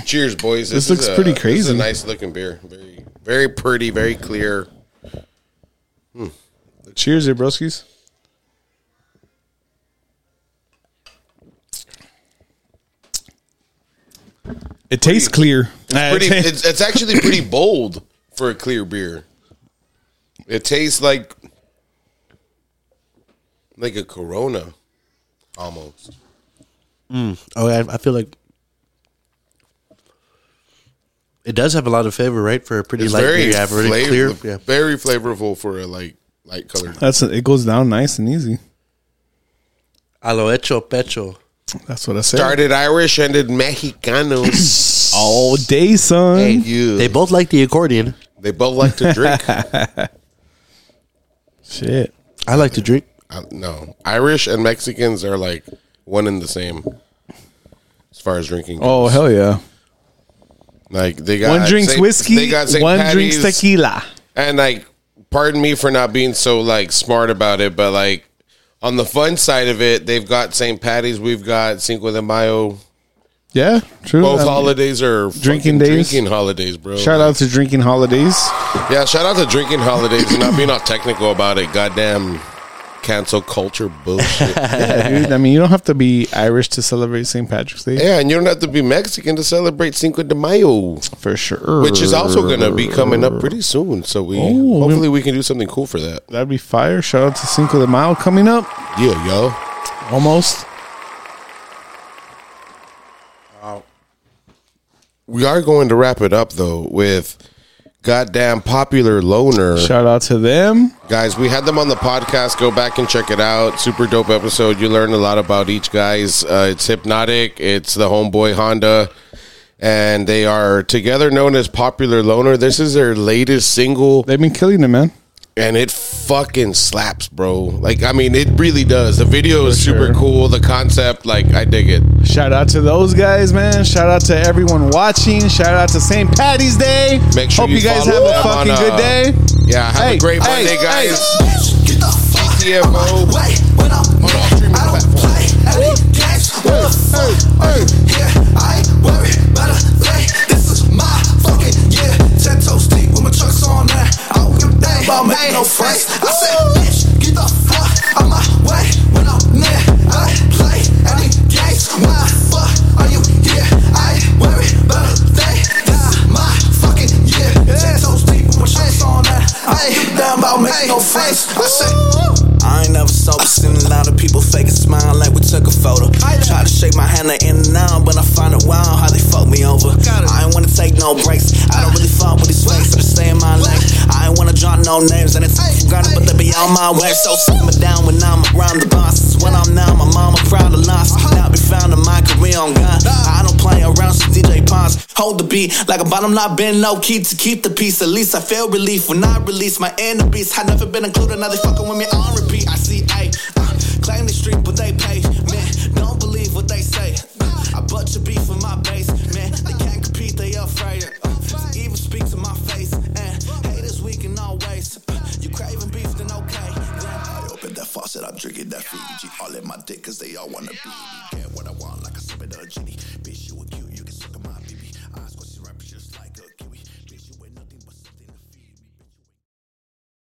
Cheers, boys.
Oh. This looks
is a-
pretty
This is
crazy.
a nice looking beer. Very, very pretty. Very clear.
Cheers, there, broskies. It tastes clear. Nah,
Pretty.
it ta-
It's, it's actually pretty bold for a clear beer. It tastes like like a Corona, almost.
Oh, I, I feel like it does have a lot of flavor, right? For a pretty
It's
light
very
beer. Yeah, very
flavor,
clear. Yeah.
very flavorful for a like light color.
That's it goes down nice and easy.
A lo hecho pecho.
That's what I said.
Started Irish, ended Mexicanos.
all day, son.
you.
They
They,
both like the accordion.
both like to drink.
Shit.
I like to drink.
Uh, no, Irish and Mexicans are like one and the same as far as drinking.
Oh
goes.
hell yeah!
Like they got
One drinks
Uh, Saint-
whiskey.
They got Saint
one
Patty's,
drinks tequila.
And like, pardon me for not being so like smart about it, but like on the fun side of it, they've got St. Patty's, we've got Cinco de Mayo.
Yeah, true.
Both
Um,
holidays are
drinking
fucking
days?
Drinking holidays, bro.
Shout out to drinking holidays.
Yeah, shout out to drinking holidays and not being all technical about it. Goddamn cancel culture bullshit.
Yeah, dude. I mean, you don't have to be Irish to celebrate St. Patrick's Day
yeah, and you don't have to be Mexican to celebrate Cinco de Mayo,
for sure.
which is also going to be coming up pretty soon. So we
Oh,
hopefully we can do something cool for that.
That'd be fire. Shout out to Cinco de Mayo coming up.
Yeah, yo.
Almost.
We are going to wrap it up though with goddamn popular loner.
Shout out to them.
guys we had them on the podcast go back and check it out super dope episode you learned a lot about each guys uh, it's hypnotic it's the homeboy honda and they are together known as popular loner this is their latest single
They've been killing it, man.
and it fucking slaps bro like i mean it really does the video is super cool the concept like i dig it
Shout out to those guys, man. Shout out to everyone watching. Shout out to St. Patty's Day.
Make sure
Hope
you
you, guys have
follow
a
them on,
fucking
uh,
good day.
yeah have
Hey,
a great
hey,
monday guys
Get the fuck out
TFO.
my way when I'm
streaming
mad. I don't
platform.
play any games. Where the fuck are you here? I ain't worried about a thing. This is my fucking year. Ten toes deep with my trucks on that. I don't give a damn about making no friends. I said, bitch, get the fuck out my way when I'm near. I don't play any games. Why the fuck are you here? I ain't worried about a thing. This is my fucking year. Ten toes deep with my trucks on that. I ain't give a damn about making no friends. I said.
I ain't never sober, seen a lot of people fake a smile like we took a photo. Try to shake my hand like in and out, but I find it wild how they fuck me over. I ain't wanna take no breaks, I don't really fuck with these fakes, so they stay in my lane. I ain't wanna drop no names, and it's for granted, but they be on my way. So simmer down when I'm around the boss. It's when I'm now, my mama proud of loss. Not be found in my career on God. I don't play around, so DJ Pons. Hold the beat like a bottom line, been low key to keep the peace. At least I feel relief when I release my inner beast. I never been included, now they fucking with me on repeat. I see, ayy. uh, Claim the street, but they pay. Man, don't believe what they say. Uh, I butcher beef in my base. Man, they can't compete, they afraid. Uh, so evil speak to my face. And haters weak in all ways. Uh, you craving beef, then okay. Then
I open that faucet, I'm drinking that Fiji. All in my dick, cause they all wanna be me. Get what I want, like I sip it a genie. Bitch, you a cutie.